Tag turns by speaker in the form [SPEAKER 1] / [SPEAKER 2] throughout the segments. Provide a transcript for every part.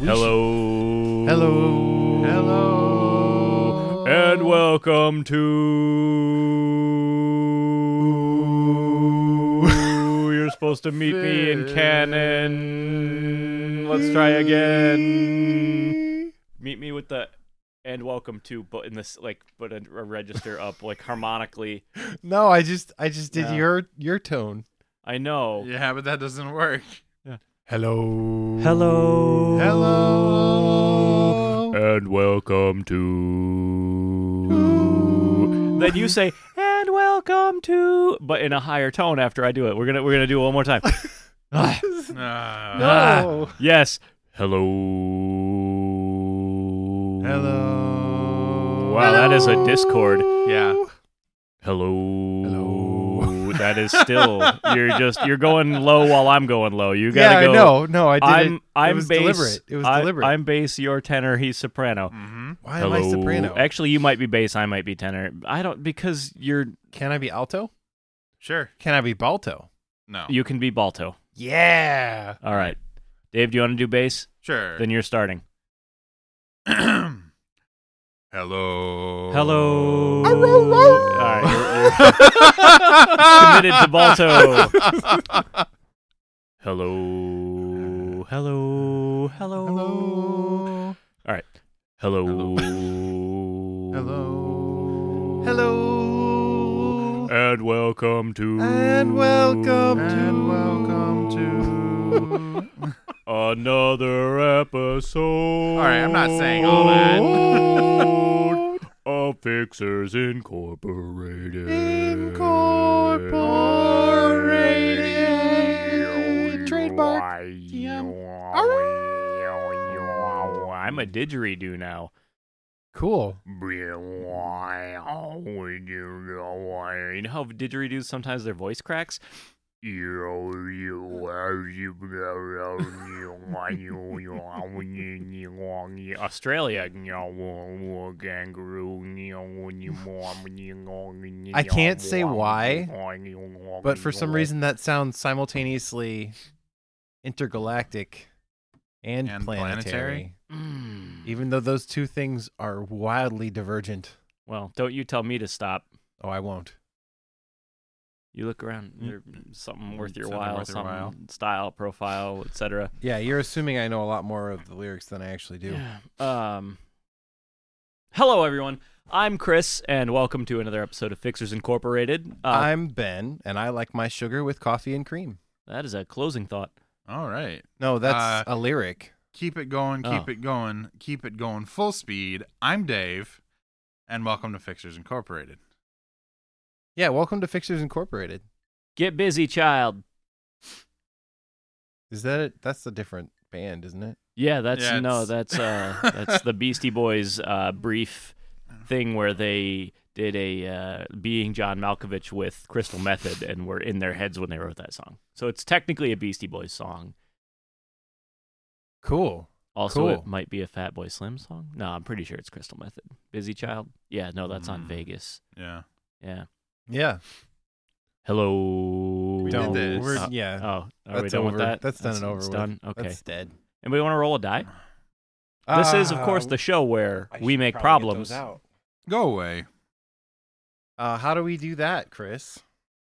[SPEAKER 1] We
[SPEAKER 2] Hello.
[SPEAKER 1] Hello.
[SPEAKER 2] Hello. And welcome to. You're supposed to meet me in canon. Let's try again. Meet me with the and welcome to, but in this like, but a, a register up like harmonically.
[SPEAKER 1] should- No, I just I just did
[SPEAKER 2] No.
[SPEAKER 1] your your tone.
[SPEAKER 2] I know.
[SPEAKER 3] Yeah, but that doesn't work.
[SPEAKER 1] Hello.
[SPEAKER 2] Hello.
[SPEAKER 1] Hello.
[SPEAKER 2] And welcome to. Then you say and welcome to, but in a higher tone after I do it. We're gonna we're gonna do it one more time. Ah,
[SPEAKER 3] Uh,
[SPEAKER 1] No.
[SPEAKER 2] yes. Hello.
[SPEAKER 1] Hello.
[SPEAKER 2] Wow, that is a Discord.
[SPEAKER 3] Yeah.
[SPEAKER 2] Hello.
[SPEAKER 1] Hello.
[SPEAKER 2] That is still you're just you're going low while I'm going low. You
[SPEAKER 1] Yeah,
[SPEAKER 2] gotta
[SPEAKER 1] I
[SPEAKER 2] go.
[SPEAKER 1] know. No, I did
[SPEAKER 2] I'm
[SPEAKER 1] it.
[SPEAKER 2] I'm
[SPEAKER 1] was
[SPEAKER 2] bass.
[SPEAKER 1] deliberate. It was
[SPEAKER 2] I-
[SPEAKER 1] deliberate.
[SPEAKER 2] I'm bass. You're tenor. He's soprano.
[SPEAKER 3] Mm-hmm.
[SPEAKER 1] Why am I soprano?
[SPEAKER 2] Actually, you might be bass. I might be tenor. I don't because you're
[SPEAKER 1] Can I be alto?
[SPEAKER 3] Sure.
[SPEAKER 1] Can I be balto?
[SPEAKER 3] No.
[SPEAKER 2] you can be balto.
[SPEAKER 1] Yeah.
[SPEAKER 2] All right, Dave. Do you want to do bass?
[SPEAKER 3] sure.
[SPEAKER 2] Then you're starting.
[SPEAKER 1] Oh.
[SPEAKER 3] Hello.
[SPEAKER 2] Hello. All right, you're- you're committed to balto. Hello. Hello. Hello.
[SPEAKER 1] Hello.
[SPEAKER 2] Hello. Hello.
[SPEAKER 1] Hello. Hello.
[SPEAKER 2] And welcome to
[SPEAKER 1] And welcome to
[SPEAKER 3] And welcome to.
[SPEAKER 2] another episode.
[SPEAKER 3] All right, I'm not saying all that.
[SPEAKER 2] of Fixers Incorporated.
[SPEAKER 1] Incorporated. Trademark.
[SPEAKER 2] I'm a didgeridoo now.
[SPEAKER 1] Cool.
[SPEAKER 2] You know how didgeridoos sometimes their voice cracks? Australia.
[SPEAKER 1] I can't say why, But for some reason, that sounds simultaneously intergalactic and,
[SPEAKER 3] And
[SPEAKER 1] planetary,
[SPEAKER 3] planetary?
[SPEAKER 2] Mm.
[SPEAKER 1] Even though those two things are wildly divergent.
[SPEAKER 2] Well, don't you tell me to stop.
[SPEAKER 1] Oh, I won't. Mm.
[SPEAKER 2] You look around. There, something worth your
[SPEAKER 3] Something
[SPEAKER 2] while.
[SPEAKER 3] worth your
[SPEAKER 2] something
[SPEAKER 3] while.
[SPEAKER 2] style, profile, etc.
[SPEAKER 1] Yeah, you're assuming I know a lot more of the lyrics than I actually do.
[SPEAKER 2] Yeah. Um. Hello, everyone. I'm Chris, and welcome to another episode of Fixers Incorporated. Uh,
[SPEAKER 1] I'm Ben, and I like my sugar with coffee and cream.
[SPEAKER 2] that is a closing thought.
[SPEAKER 3] All right.
[SPEAKER 1] No, that's
[SPEAKER 3] Uh,
[SPEAKER 1] a lyric.
[SPEAKER 3] Keep it going. Keep
[SPEAKER 2] Oh.
[SPEAKER 3] it going. Keep it going. Full speed. I'm Dave, and welcome to Fixers Incorporated.
[SPEAKER 1] Yeah, welcome to Fixtures Incorporated.
[SPEAKER 2] Get busy, child.
[SPEAKER 1] Is that it? That's a different band, isn't it?
[SPEAKER 2] Yeah, that's
[SPEAKER 3] Yeah,
[SPEAKER 2] no,
[SPEAKER 3] it's-
[SPEAKER 2] that's uh, that's the Beastie Boys uh, brief thing where they did a uh, being John Malkovich with Crystal Method, and were in their heads when they wrote that song. So it's technically a Beastie Boys song.
[SPEAKER 1] Cool.
[SPEAKER 2] Also,
[SPEAKER 1] Cool.
[SPEAKER 2] it might be a Fat Boy Slim song. No, I'm pretty sure it's Crystal Method. Busy Child. Yeah, no, that's on
[SPEAKER 3] Mm.
[SPEAKER 2] Vegas.
[SPEAKER 3] Yeah.
[SPEAKER 2] Yeah.
[SPEAKER 1] Yeah.
[SPEAKER 2] Hello.
[SPEAKER 3] We did
[SPEAKER 1] Don't.
[SPEAKER 3] this.
[SPEAKER 1] We're,
[SPEAKER 2] Uh,
[SPEAKER 1] yeah.
[SPEAKER 2] Oh, are we
[SPEAKER 1] That's
[SPEAKER 2] done with
[SPEAKER 1] over.
[SPEAKER 2] that?
[SPEAKER 1] That's done and over
[SPEAKER 2] it's
[SPEAKER 1] with.
[SPEAKER 2] Done. Okay.
[SPEAKER 1] That's dead.
[SPEAKER 2] And we want to roll a die. This is, of
[SPEAKER 1] Uh,
[SPEAKER 2] course, the show where we make problems.
[SPEAKER 3] Go away.
[SPEAKER 1] Uh, how do we do that, Chris?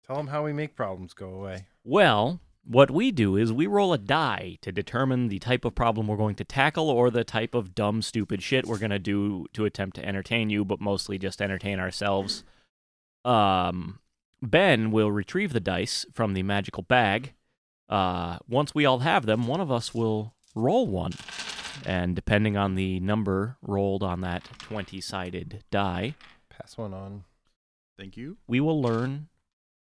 [SPEAKER 1] Tell them how we make problems go away.
[SPEAKER 2] Well, what we do is we roll a die to determine the type of problem we're going to tackle or the type of dumb, stupid shit we're going to do to attempt to entertain you, but mostly just entertain ourselves. Um, ben will retrieve the dice from the magical bag. Uh, once we all have them, one of us will roll one. And depending on the number rolled on that 20 sided die,
[SPEAKER 1] Pass one on.
[SPEAKER 3] Thank you.
[SPEAKER 2] we will learn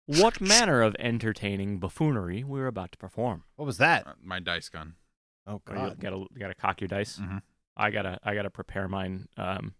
[SPEAKER 2] what manner of entertaining buffoonery we're about to perform.
[SPEAKER 1] What was that?
[SPEAKER 3] Uh, My dice gun.
[SPEAKER 1] Oh
[SPEAKER 2] Oh, you
[SPEAKER 1] God. Mm-hmm.
[SPEAKER 2] gotta you gotta cock your dice.
[SPEAKER 3] Mhm.
[SPEAKER 2] I gotta I gotta prepare mine. Um,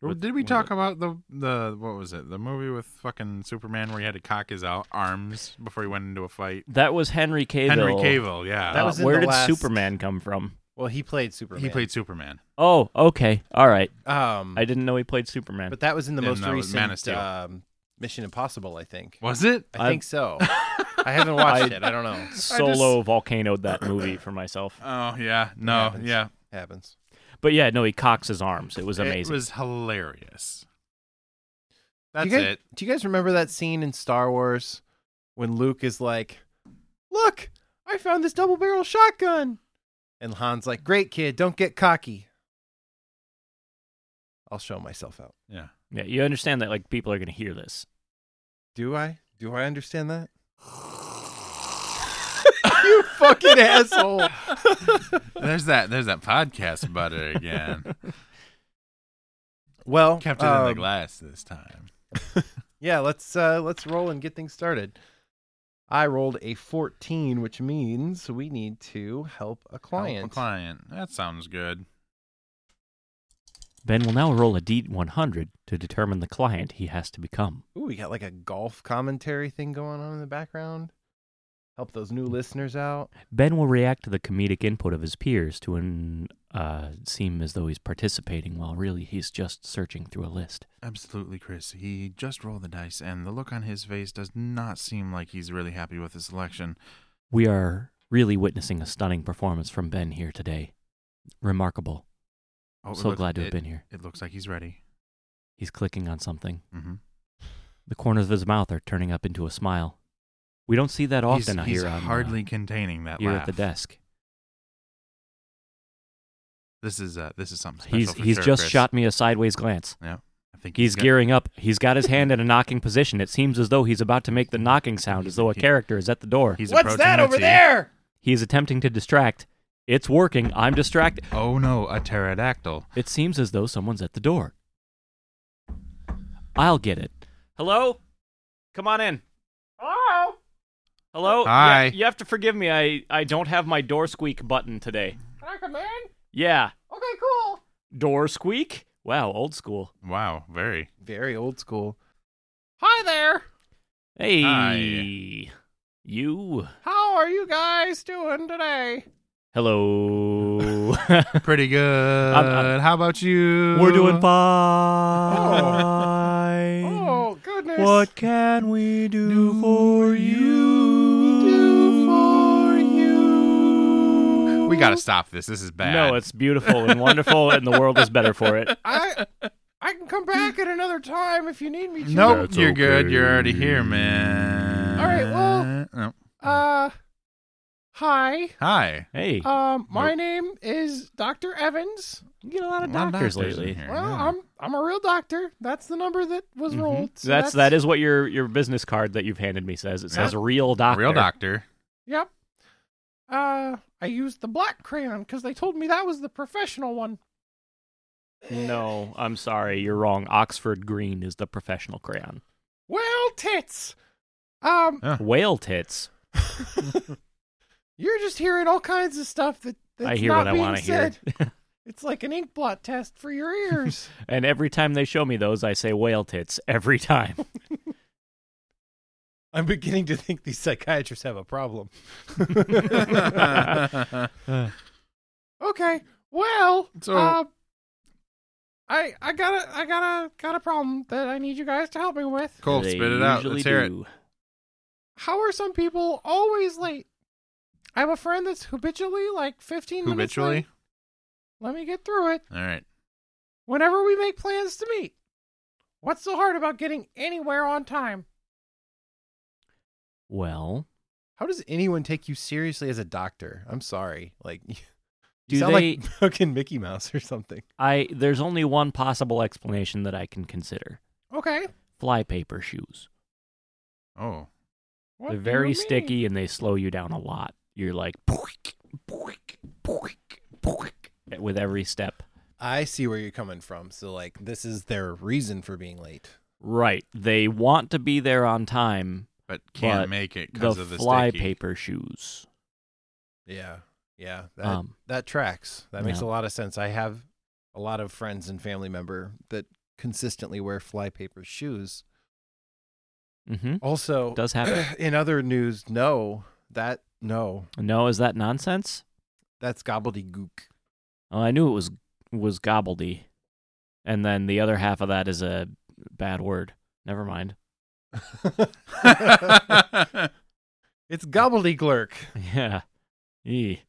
[SPEAKER 2] with-
[SPEAKER 3] Did we
[SPEAKER 2] with
[SPEAKER 3] talk
[SPEAKER 2] it.
[SPEAKER 3] about the the what was it? The movie with fucking Superman where he had to cock his out arms before he went into a fight.
[SPEAKER 2] That was Henry Cavill.
[SPEAKER 3] Henry Cavill, yeah.
[SPEAKER 1] That
[SPEAKER 2] Uh,
[SPEAKER 1] was in
[SPEAKER 2] where
[SPEAKER 1] the
[SPEAKER 2] did
[SPEAKER 1] last-
[SPEAKER 2] Superman come from?
[SPEAKER 1] Well, he played Superman.
[SPEAKER 3] he played Superman.
[SPEAKER 2] Oh, okay, all right.
[SPEAKER 1] Um,
[SPEAKER 2] I didn't know he played Superman.
[SPEAKER 1] but that was in the
[SPEAKER 3] Then
[SPEAKER 1] most uh,
[SPEAKER 3] that was Man of
[SPEAKER 1] recent
[SPEAKER 3] Steel.
[SPEAKER 1] um, Mission Impossible, I think.
[SPEAKER 3] Was it?
[SPEAKER 1] I think so. I haven't watched it. I don't know.
[SPEAKER 2] Solo volcanoed that movie for myself.
[SPEAKER 3] Oh yeah, no,
[SPEAKER 1] happens.
[SPEAKER 3] yeah,
[SPEAKER 1] Happens.
[SPEAKER 2] But yeah, no, he cocks his arms. It was amazing.
[SPEAKER 3] It was hilarious. That's
[SPEAKER 1] do you guys,
[SPEAKER 3] it.
[SPEAKER 1] Do you guys remember that scene in Star Wars when Luke is like, "Look, I found this double barrel shotgun," and Han's like, "Great kid, don't get cocky." I'll show myself out.
[SPEAKER 3] Yeah.
[SPEAKER 2] yeah, you understand that like people are gonna hear this.
[SPEAKER 1] Do I? Do I understand that? you fucking asshole.
[SPEAKER 3] There's that. There's that podcast about it again.
[SPEAKER 1] Well,
[SPEAKER 3] Kept it in the
[SPEAKER 1] um,
[SPEAKER 3] glass this time.
[SPEAKER 1] Yeah, let's uh let's roll and get things started. I rolled a 14, which means we need to help
[SPEAKER 3] Help
[SPEAKER 1] a
[SPEAKER 3] a
[SPEAKER 1] client.
[SPEAKER 3] client. That sounds good.
[SPEAKER 2] Ben will now roll a D100 to determine the client he has to become.
[SPEAKER 1] Ooh, we got like a golf commentary thing going on in the background. Help those new listeners out.
[SPEAKER 2] Ben will react to the comedic input of his peers to an, uh, seem as though he's participating while really he's just searching through a list.
[SPEAKER 3] Absolutely, Chris. He just rolled the dice, and the look on his face does not seem like he's really happy with his selection.
[SPEAKER 2] We are really witnessing a stunning performance from Ben here today. Remarkable.
[SPEAKER 3] Oh, it
[SPEAKER 2] so
[SPEAKER 3] looks-
[SPEAKER 2] glad to have
[SPEAKER 3] it-
[SPEAKER 2] been here.
[SPEAKER 3] It looks like he's ready.
[SPEAKER 2] He's clicking on something.
[SPEAKER 3] Mm-hmm.
[SPEAKER 2] The corners of his mouth are turning up into a smile. We don't see that often
[SPEAKER 3] he's, he's
[SPEAKER 2] here on, uh,
[SPEAKER 3] hardly containing that
[SPEAKER 2] here
[SPEAKER 3] laugh.
[SPEAKER 2] at the desk.
[SPEAKER 3] This is uh, this is something. Special
[SPEAKER 2] He's
[SPEAKER 3] for
[SPEAKER 2] he's
[SPEAKER 3] sure,
[SPEAKER 2] just
[SPEAKER 3] Chris.
[SPEAKER 2] shot me a sideways glance.
[SPEAKER 3] I think
[SPEAKER 2] He's
[SPEAKER 3] got-
[SPEAKER 2] gearing up. He's got his hand in a knocking position. It seems as though he's about to make the knocking sound, as though a character is at the door.
[SPEAKER 3] He's
[SPEAKER 1] What's
[SPEAKER 3] approaching
[SPEAKER 1] that
[SPEAKER 3] the
[SPEAKER 1] over
[SPEAKER 3] tee.
[SPEAKER 1] there?
[SPEAKER 2] He is attempting to distract. It's working. I'm distracted.
[SPEAKER 3] Oh no, a pterodactyl.
[SPEAKER 2] It seems as though someone's at the door. I'll get it. Hello? Come on in. Hello? Hello?
[SPEAKER 3] Hi.
[SPEAKER 2] Yeah, you have to forgive me. I, I don't have my door squeak button today.
[SPEAKER 1] Can I come in?
[SPEAKER 2] Yeah.
[SPEAKER 1] Okay, cool.
[SPEAKER 2] Door squeak? Wow, old school.
[SPEAKER 3] Wow, very.
[SPEAKER 1] Very old school. Hi there.
[SPEAKER 2] Hey.
[SPEAKER 3] Hi.
[SPEAKER 2] You.
[SPEAKER 1] How are you guys doing today?
[SPEAKER 2] Hello.
[SPEAKER 3] Pretty good. How about you? Oh,
[SPEAKER 2] We're doing fine.
[SPEAKER 1] Oh, goodness.
[SPEAKER 2] What can we do, for you?
[SPEAKER 1] do for you?
[SPEAKER 3] We gotta stop this. This is bad.
[SPEAKER 2] No, it's beautiful and wonderful, and the world is better for it.
[SPEAKER 1] I I can come back at another time if you need me to.
[SPEAKER 3] nope.
[SPEAKER 2] That's
[SPEAKER 3] you're good.
[SPEAKER 2] okay.
[SPEAKER 3] You're already here, man.
[SPEAKER 1] All right, well-
[SPEAKER 3] No.
[SPEAKER 1] Uh hi.
[SPEAKER 3] Hi.
[SPEAKER 2] Hey,
[SPEAKER 1] Um my name is Dr. Evans.
[SPEAKER 2] you get a lot of
[SPEAKER 3] Lot of
[SPEAKER 2] doctors,
[SPEAKER 3] doctors in
[SPEAKER 2] lately.
[SPEAKER 3] here,
[SPEAKER 1] Well,
[SPEAKER 3] yeah.
[SPEAKER 1] I'm I'm a real doctor. That's the number that was
[SPEAKER 2] Mhm.
[SPEAKER 1] rolled. so
[SPEAKER 2] that's that is what your your business card that you've handed me says. It says
[SPEAKER 3] Yeah.
[SPEAKER 2] real doctor.
[SPEAKER 3] real doctor.
[SPEAKER 1] Yep. Uh I used the black crayon cuz they told me that was the professional one.
[SPEAKER 2] No, I'm sorry, you're wrong. Oxford green is the professional crayon.
[SPEAKER 1] Well, tits. Um
[SPEAKER 2] Whale tits.
[SPEAKER 1] you're just hearing all kinds of stuff that that's
[SPEAKER 2] I hear
[SPEAKER 1] not
[SPEAKER 2] what I
[SPEAKER 1] being
[SPEAKER 2] want to hear.
[SPEAKER 1] said. It's like an ink blot test for your ears.
[SPEAKER 2] And every time they show me those, I say whale tits every time.
[SPEAKER 1] I'm beginning to think these psychiatrists have a problem. okay. Well,
[SPEAKER 3] So-
[SPEAKER 1] uh, I I got a I got a got a problem that I need you guys to help me with.
[SPEAKER 3] cool.
[SPEAKER 2] They
[SPEAKER 3] Spit it out.
[SPEAKER 2] usually
[SPEAKER 3] Let's hear it.
[SPEAKER 2] do.
[SPEAKER 1] How are some people always late? I have a friend that's habitually like 15 minutes late.
[SPEAKER 3] Habitually.
[SPEAKER 1] Let me get through it.
[SPEAKER 3] All right.
[SPEAKER 1] Whenever we make plans to meet. What's so hard about getting anywhere on time?
[SPEAKER 2] Well,
[SPEAKER 1] How does anyone take you seriously as a doctor? I'm sorry. Like you
[SPEAKER 2] do
[SPEAKER 1] sound
[SPEAKER 2] they?
[SPEAKER 1] like fucking Mickey Mouse or something.
[SPEAKER 2] I there's only one possible explanation that I can consider:
[SPEAKER 1] Okay.
[SPEAKER 2] flypaper shoes.
[SPEAKER 3] Oh.
[SPEAKER 1] What
[SPEAKER 2] They're
[SPEAKER 1] do
[SPEAKER 2] very
[SPEAKER 1] you mean?
[SPEAKER 2] sticky and they slow you down a lot. You're like boink, boink, boink, boink with every step.
[SPEAKER 1] I see where you're coming from. So like this is their reason for being late.
[SPEAKER 2] Right, they want to be there on time.
[SPEAKER 3] But can't
[SPEAKER 2] But
[SPEAKER 3] make it
[SPEAKER 2] The,
[SPEAKER 3] because of the sticky.
[SPEAKER 2] flypaper shoes.
[SPEAKER 1] Yeah. Yeah. That
[SPEAKER 2] Um,
[SPEAKER 1] that tracks. That makes
[SPEAKER 2] yeah.
[SPEAKER 1] a lot of sense. I have a lot of friends and family member that consistently wear flypaper shoes.
[SPEAKER 2] hmm
[SPEAKER 1] Also
[SPEAKER 2] Does happen.
[SPEAKER 1] in other news, no, that no.
[SPEAKER 2] No, is that nonsense?
[SPEAKER 1] That's gobbledygook.
[SPEAKER 2] Oh, I knew it was was gobbledy, and then the other half of that is a bad word. Never mind.
[SPEAKER 1] It's gobbledygook.
[SPEAKER 2] Yeah. Eee.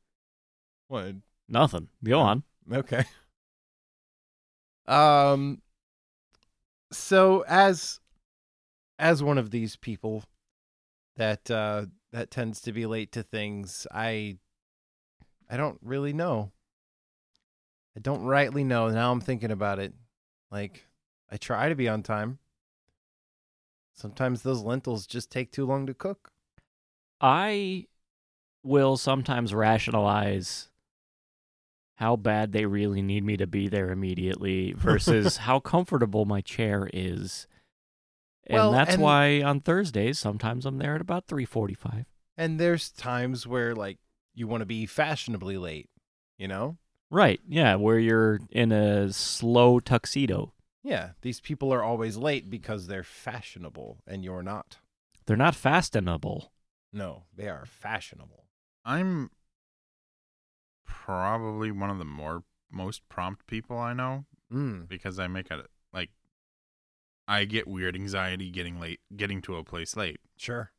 [SPEAKER 1] What?
[SPEAKER 2] Nothing. Go on.
[SPEAKER 1] Okay. Um so as as one of these people that uh that tends to be late to things, I I don't really know. I don't rightly know. Now I'm thinking about it. Like I try to be on time. Sometimes those lentils just take too long to cook.
[SPEAKER 2] I will sometimes rationalize how bad they really need me to be there immediately versus how comfortable my chair is. And
[SPEAKER 1] Well,
[SPEAKER 2] that's
[SPEAKER 1] and-
[SPEAKER 2] why on Thursdays sometimes I'm there at about 3:45.
[SPEAKER 1] And there's times where like you want to be fashionably late, you know?
[SPEAKER 2] Right. Yeah, where you're in a slow tuxedo.
[SPEAKER 1] Yeah, these people are always late because they're fashionable and you're not.
[SPEAKER 2] They're not fastenable.
[SPEAKER 1] No, they are fashionable.
[SPEAKER 3] I'm probably one of the more most prompt people I know
[SPEAKER 1] Mm.
[SPEAKER 3] because I make a like I get weird anxiety getting late getting to a place late.
[SPEAKER 1] Sure.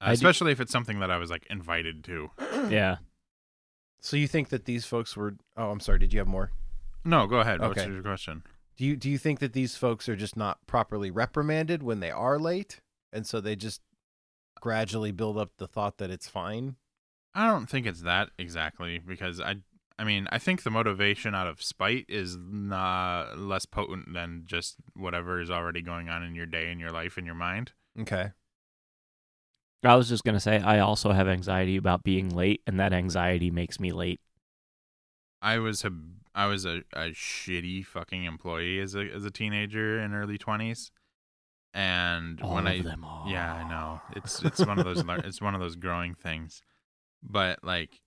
[SPEAKER 3] Uh,
[SPEAKER 2] I do-
[SPEAKER 3] especially if it's something that I was like invited to.
[SPEAKER 2] Yeah.
[SPEAKER 1] So you think that these folks were Oh, I'm sorry, did you have more?
[SPEAKER 3] No, go ahead. What's
[SPEAKER 1] Okay.
[SPEAKER 3] your question?
[SPEAKER 1] Do you do you think that these folks are just not properly reprimanded when they are late and so they just gradually build up the thought that it's fine?
[SPEAKER 3] I don't think it's that exactly because I I mean, I think the motivation out of spite is not less potent than just whatever is already going on in your day and your life and your mind.
[SPEAKER 1] Okay.
[SPEAKER 2] I was just going to say I also have anxiety about being late and that anxiety makes me late.
[SPEAKER 3] I was a I was a, a shitty fucking employee as a as a teenager in early 20s. And
[SPEAKER 2] All
[SPEAKER 3] when
[SPEAKER 2] of
[SPEAKER 3] I
[SPEAKER 2] them are.
[SPEAKER 3] Yeah, I know. It's it's one of those lear- it's one of those growing things. But like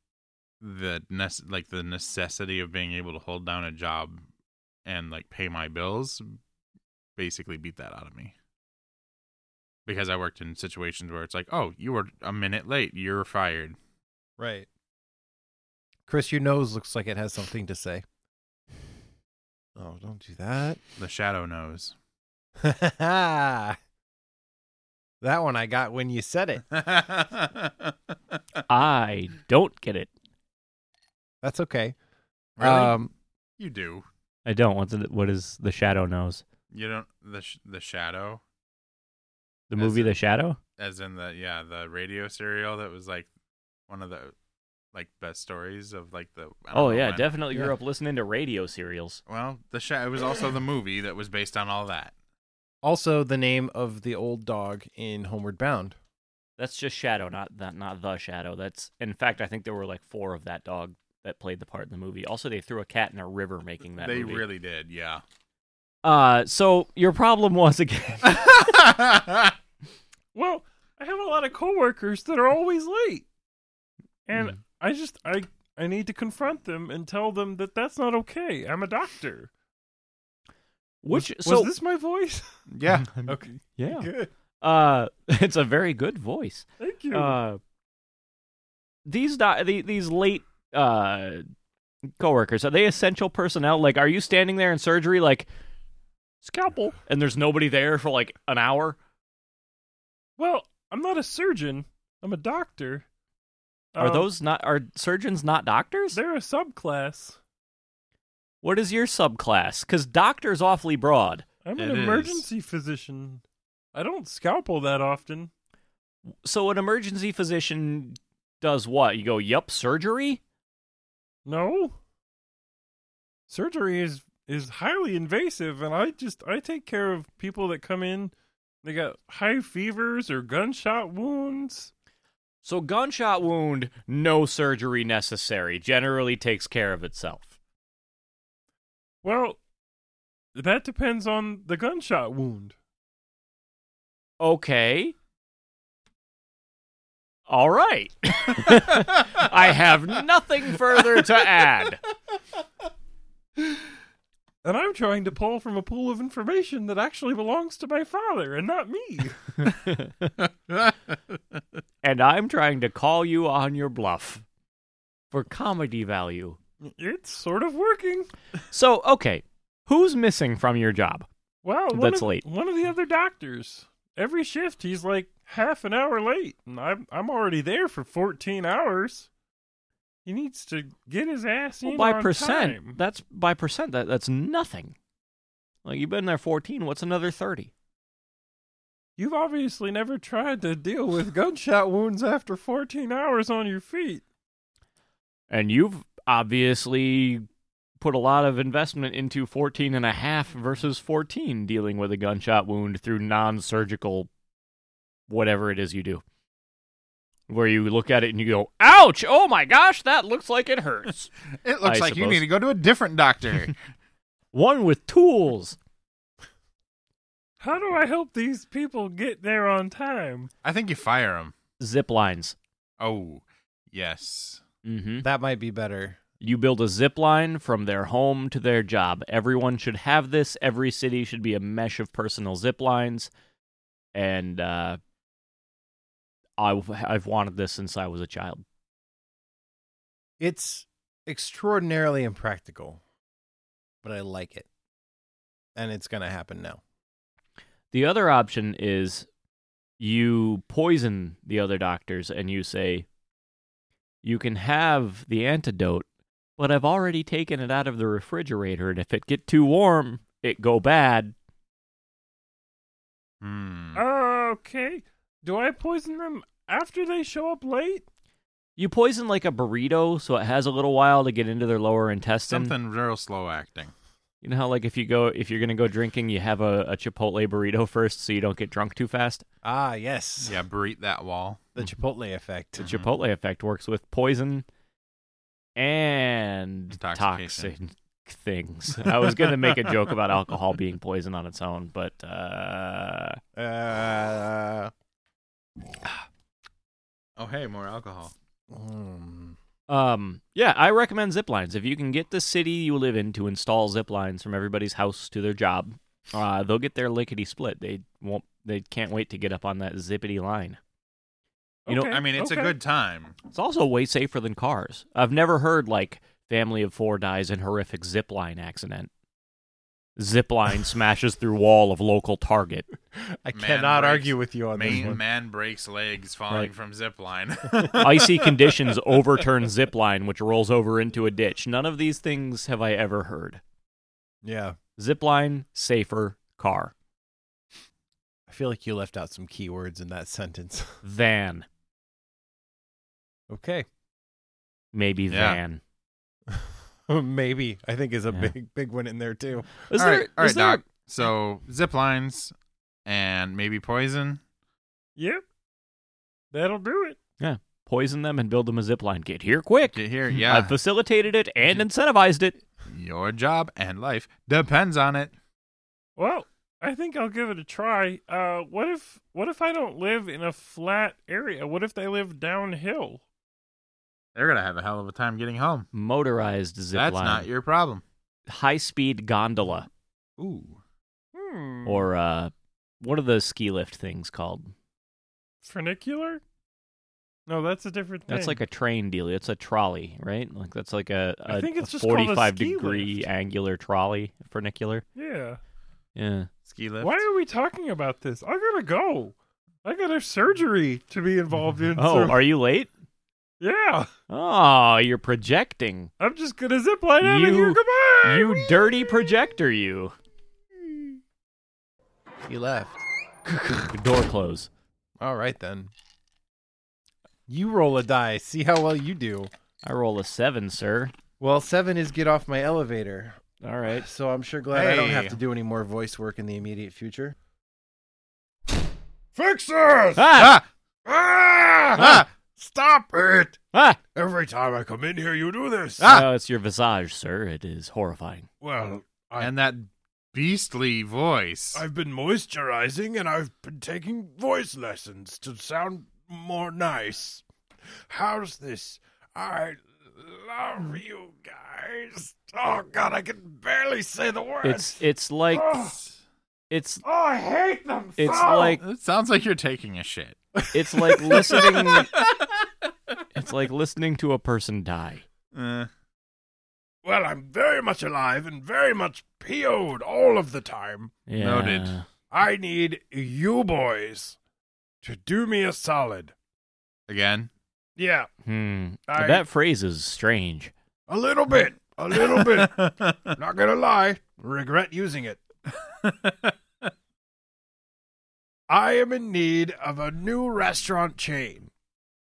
[SPEAKER 3] the nece- like the necessity of being able to hold down a job and like pay my bills basically beat that out of me. Because I worked in situations where it's like, "Oh, you were a minute late. You're fired."
[SPEAKER 1] Right. Chris, your nose looks like it has something to say. Oh, don't do that.
[SPEAKER 3] The shadow knows.
[SPEAKER 1] that one I got when you said it.
[SPEAKER 3] really?
[SPEAKER 2] I don't get it.
[SPEAKER 1] That's okay. Um,
[SPEAKER 3] you do.
[SPEAKER 2] I don't. What's it, what is the shadow knows?
[SPEAKER 3] You don't the sh- the shadow
[SPEAKER 2] The
[SPEAKER 3] As
[SPEAKER 2] movie
[SPEAKER 3] in-
[SPEAKER 2] The Shadow?
[SPEAKER 3] as in the yeah the radio serial that was like one of the like best stories of like the I don't
[SPEAKER 2] Oh
[SPEAKER 3] know
[SPEAKER 2] yeah,
[SPEAKER 3] when.
[SPEAKER 2] definitely grew
[SPEAKER 1] Yeah.
[SPEAKER 2] up listening to radio serials.
[SPEAKER 3] well the shadow it was also the movie that was based on all that
[SPEAKER 1] also, the name of the old dog in Homeward Bound.
[SPEAKER 2] That's just Shadow, not that not the Shadow. That's in fact I think there were like four of that dog that played the part in the movie. Also they threw a cat in a river making that
[SPEAKER 3] they
[SPEAKER 2] movie.
[SPEAKER 3] really did yeah
[SPEAKER 2] uh so your problem was again
[SPEAKER 4] Well, I have a lot of coworkers that are always late, and
[SPEAKER 2] Mm.
[SPEAKER 4] I just I I need to confront them and tell them that that's not okay. I'm a doctor.
[SPEAKER 2] which
[SPEAKER 4] was,
[SPEAKER 2] so
[SPEAKER 4] was this my voice?
[SPEAKER 3] yeah
[SPEAKER 4] okay,
[SPEAKER 2] yeah.
[SPEAKER 4] good.
[SPEAKER 2] Uh it's a very good voice.
[SPEAKER 4] Thank you.
[SPEAKER 2] Uh, these do- the, these late uh, coworkers are they essential personnel? Like, are you standing there in surgery like scalpel, and there's nobody there for like an hour?
[SPEAKER 4] well, I'm not a surgeon. I'm a doctor.
[SPEAKER 2] are
[SPEAKER 4] Um,
[SPEAKER 2] those not are surgeons not doctors?
[SPEAKER 4] They're a subclass.
[SPEAKER 2] What is your subclass? Because doctors awfully broad.
[SPEAKER 4] I'm
[SPEAKER 3] It
[SPEAKER 4] an
[SPEAKER 3] is.
[SPEAKER 4] emergency physician. I don't scalpel that often.
[SPEAKER 2] So an emergency physician does what? You go, yup, surgery.
[SPEAKER 4] No. Surgery is is highly invasive and I just I take care of people that come in they got high fevers or gunshot wounds.
[SPEAKER 2] So gunshot wound, no surgery necessary. Generally takes care of itself.
[SPEAKER 4] Well, that depends on the gunshot wound.
[SPEAKER 2] okay. All right. I have nothing further to add.
[SPEAKER 4] And I'm trying to pull from a pool of information that actually belongs to my father and not me.
[SPEAKER 2] And I'm trying to call you on your bluff for comedy value.
[SPEAKER 4] it's sort of working.
[SPEAKER 2] So, okay. Who's missing from your job?
[SPEAKER 4] Well, one
[SPEAKER 2] That's
[SPEAKER 4] of,
[SPEAKER 2] late.
[SPEAKER 4] One of the other doctors. every shift he's like half an hour late, and I'm I'm already there for 14 hours. He needs to get his ass
[SPEAKER 2] Well,
[SPEAKER 4] in
[SPEAKER 2] by
[SPEAKER 4] on
[SPEAKER 2] percent,
[SPEAKER 4] time.
[SPEAKER 2] that's by percent. That that's nothing. Like you've been there fourteen. What's another thirty?
[SPEAKER 4] You've obviously never tried to deal with gunshot wounds after 14 hours on your feet.
[SPEAKER 2] And you've obviously put a lot of investment into 14 and a half versus 14 dealing with a gunshot wound through non-surgical whatever it is you do. Where you look at it and you go, "Ouch! Oh my gosh, that looks like it hurts."
[SPEAKER 3] It looks
[SPEAKER 2] I
[SPEAKER 3] like you
[SPEAKER 2] suppose.
[SPEAKER 3] need to go to a different doctor.
[SPEAKER 2] One with tools.
[SPEAKER 4] How do I help these people get there on time?
[SPEAKER 3] I think you fire him.
[SPEAKER 2] Zip lines.
[SPEAKER 3] Oh, yes.
[SPEAKER 2] Mhm.
[SPEAKER 1] That might be better.
[SPEAKER 2] You build a zip line from their home to their job. Everyone should have this. Every city should be a mesh of personal zip lines. And uh, I, I've wanted this since I was a child.
[SPEAKER 1] It's extraordinarily impractical, but I like it. And it's going to happen now.
[SPEAKER 2] The other option is you poison the other doctors and you say, You can have the antidote, but I've already taken it out of the refrigerator. And if it get too warm, it go bad.
[SPEAKER 3] Hmm.
[SPEAKER 4] Uh, Okay. Do I poison them after they show up late?
[SPEAKER 2] You poison like a burrito, so it has a little while to get into their lower intestine.
[SPEAKER 3] Something real slow acting.
[SPEAKER 2] You know how like if you go if you're gonna go drinking, you have a, a Chipotle burrito first so you don't get drunk too fast.
[SPEAKER 1] Ah, yes.
[SPEAKER 3] Yeah, burrite that wall.
[SPEAKER 1] The Chipotle effect.
[SPEAKER 2] Mm-hmm.
[SPEAKER 1] Mm-hmm.
[SPEAKER 2] The
[SPEAKER 3] Mhm.
[SPEAKER 2] Chipotle effect works with poison and toxic
[SPEAKER 3] Intoxication.
[SPEAKER 2] things. I was gonna make a joke about alcohol being poison on its own, but uh
[SPEAKER 1] Uh,
[SPEAKER 3] Oh, hey, more alcohol.
[SPEAKER 1] mm.
[SPEAKER 2] um yeah, I recommend zip lines. If you can get the city you live in to install zip lines from everybody's house to their job, uh they'll get their lickety split. They won't they can't wait to get up on that zippity line. You know,
[SPEAKER 4] Okay,
[SPEAKER 3] I mean, it's
[SPEAKER 4] okay.
[SPEAKER 3] a good time.
[SPEAKER 2] It's also way safer than cars. I've never heard like family of four dies in horrific zipline accident. Zipline smashes through wall of local Target.
[SPEAKER 1] I
[SPEAKER 3] Man
[SPEAKER 1] cannot
[SPEAKER 3] breaks-
[SPEAKER 1] argue with you on this
[SPEAKER 3] Main
[SPEAKER 1] one.
[SPEAKER 3] man breaks legs falling
[SPEAKER 2] Right.
[SPEAKER 3] from zip line.
[SPEAKER 2] Icy conditions overturn zipline, which rolls over into a ditch. None of these things have I ever heard.
[SPEAKER 1] Yeah.
[SPEAKER 2] Zipline, safer car
[SPEAKER 1] I feel like you left out some keywords in that sentence.
[SPEAKER 2] than
[SPEAKER 1] okay.
[SPEAKER 2] maybe
[SPEAKER 3] Yeah.
[SPEAKER 2] van.
[SPEAKER 1] Maybe. I think is a
[SPEAKER 2] Yeah.
[SPEAKER 1] big, big one in there, too.
[SPEAKER 2] Is
[SPEAKER 3] all right,
[SPEAKER 2] there-
[SPEAKER 3] all right,
[SPEAKER 2] is there-
[SPEAKER 3] doc. So zip lines and maybe poison.
[SPEAKER 4] Yep. That'll do it.
[SPEAKER 2] Poison them and build them a zipline. Get here quick.
[SPEAKER 3] Get here, yeah.
[SPEAKER 2] I've facilitated it and incentivized it.
[SPEAKER 3] Your job and life depends on it.
[SPEAKER 4] Well, I think I'll give it a try. Uh, what if what if I don't live in a flat area? What if they live downhill?
[SPEAKER 3] They're gonna have a hell of a time getting home.
[SPEAKER 2] Motorized zipline.
[SPEAKER 3] That's not your problem.
[SPEAKER 2] High speed gondola.
[SPEAKER 3] Ooh,
[SPEAKER 4] Hmm.
[SPEAKER 2] or uh what are those ski lift things called?
[SPEAKER 4] funicular? No, that's a different thing.
[SPEAKER 2] That's like a train deal. It's a trolley, right? Like that's like a,
[SPEAKER 4] I
[SPEAKER 2] a-
[SPEAKER 4] think it's
[SPEAKER 2] a
[SPEAKER 4] just called a
[SPEAKER 2] 45
[SPEAKER 4] ski
[SPEAKER 2] degree
[SPEAKER 4] lift.
[SPEAKER 2] angular trolley funicular.
[SPEAKER 4] yeah.
[SPEAKER 2] Yeah.
[SPEAKER 3] ski lift.
[SPEAKER 4] Why are we talking about this? I gotta go. I got a surgery to be involved in.
[SPEAKER 2] Oh,
[SPEAKER 4] so-
[SPEAKER 2] are you late?
[SPEAKER 4] yeah.
[SPEAKER 2] Oh, you're projecting.
[SPEAKER 4] I'm just gonna zip line out of
[SPEAKER 2] You-
[SPEAKER 4] here. Goodbye.
[SPEAKER 2] You dirty projector you.
[SPEAKER 1] He left.
[SPEAKER 2] Door close.
[SPEAKER 1] All right, then. You roll a die. See how well you do.
[SPEAKER 2] I roll a 7, sir.
[SPEAKER 1] Well, seven is get off my elevator.
[SPEAKER 2] All right.
[SPEAKER 1] So I'm sure glad I don't have
[SPEAKER 3] Hey.
[SPEAKER 1] to do any more voice work in the immediate future.
[SPEAKER 4] Fix this.
[SPEAKER 2] Ah!
[SPEAKER 3] Ah! Ah!
[SPEAKER 4] Stop it.
[SPEAKER 2] Ah!
[SPEAKER 4] Every time I come in here, you do this. Uh,
[SPEAKER 3] Ah!
[SPEAKER 2] Oh, it's your visage, sir. It is horrifying.
[SPEAKER 4] Well, I-
[SPEAKER 3] And that beastly voice.
[SPEAKER 4] I've been moisturizing and I've been taking voice lessons to sound more nice. How's this? I love you guys. Oh god, I can barely say the words.
[SPEAKER 2] It's it's like
[SPEAKER 4] oh,
[SPEAKER 2] it's
[SPEAKER 4] oh, I hate them.
[SPEAKER 2] it's
[SPEAKER 4] so-
[SPEAKER 2] like
[SPEAKER 3] It sounds like you're taking a shit.
[SPEAKER 2] It's like listening. it's like listening to a person die.
[SPEAKER 3] Uh,
[SPEAKER 4] well, I'm very much alive and very much PO'd all of the time.
[SPEAKER 2] Yeah.
[SPEAKER 3] Noted.
[SPEAKER 4] I need you boys to do me a solid.
[SPEAKER 3] Again,
[SPEAKER 4] Yeah,
[SPEAKER 2] Hmm.
[SPEAKER 4] I-
[SPEAKER 2] That phrase is strange.
[SPEAKER 4] a little bit, a little bit. Not gonna lie, regret using it. I am in need of a new restaurant chain.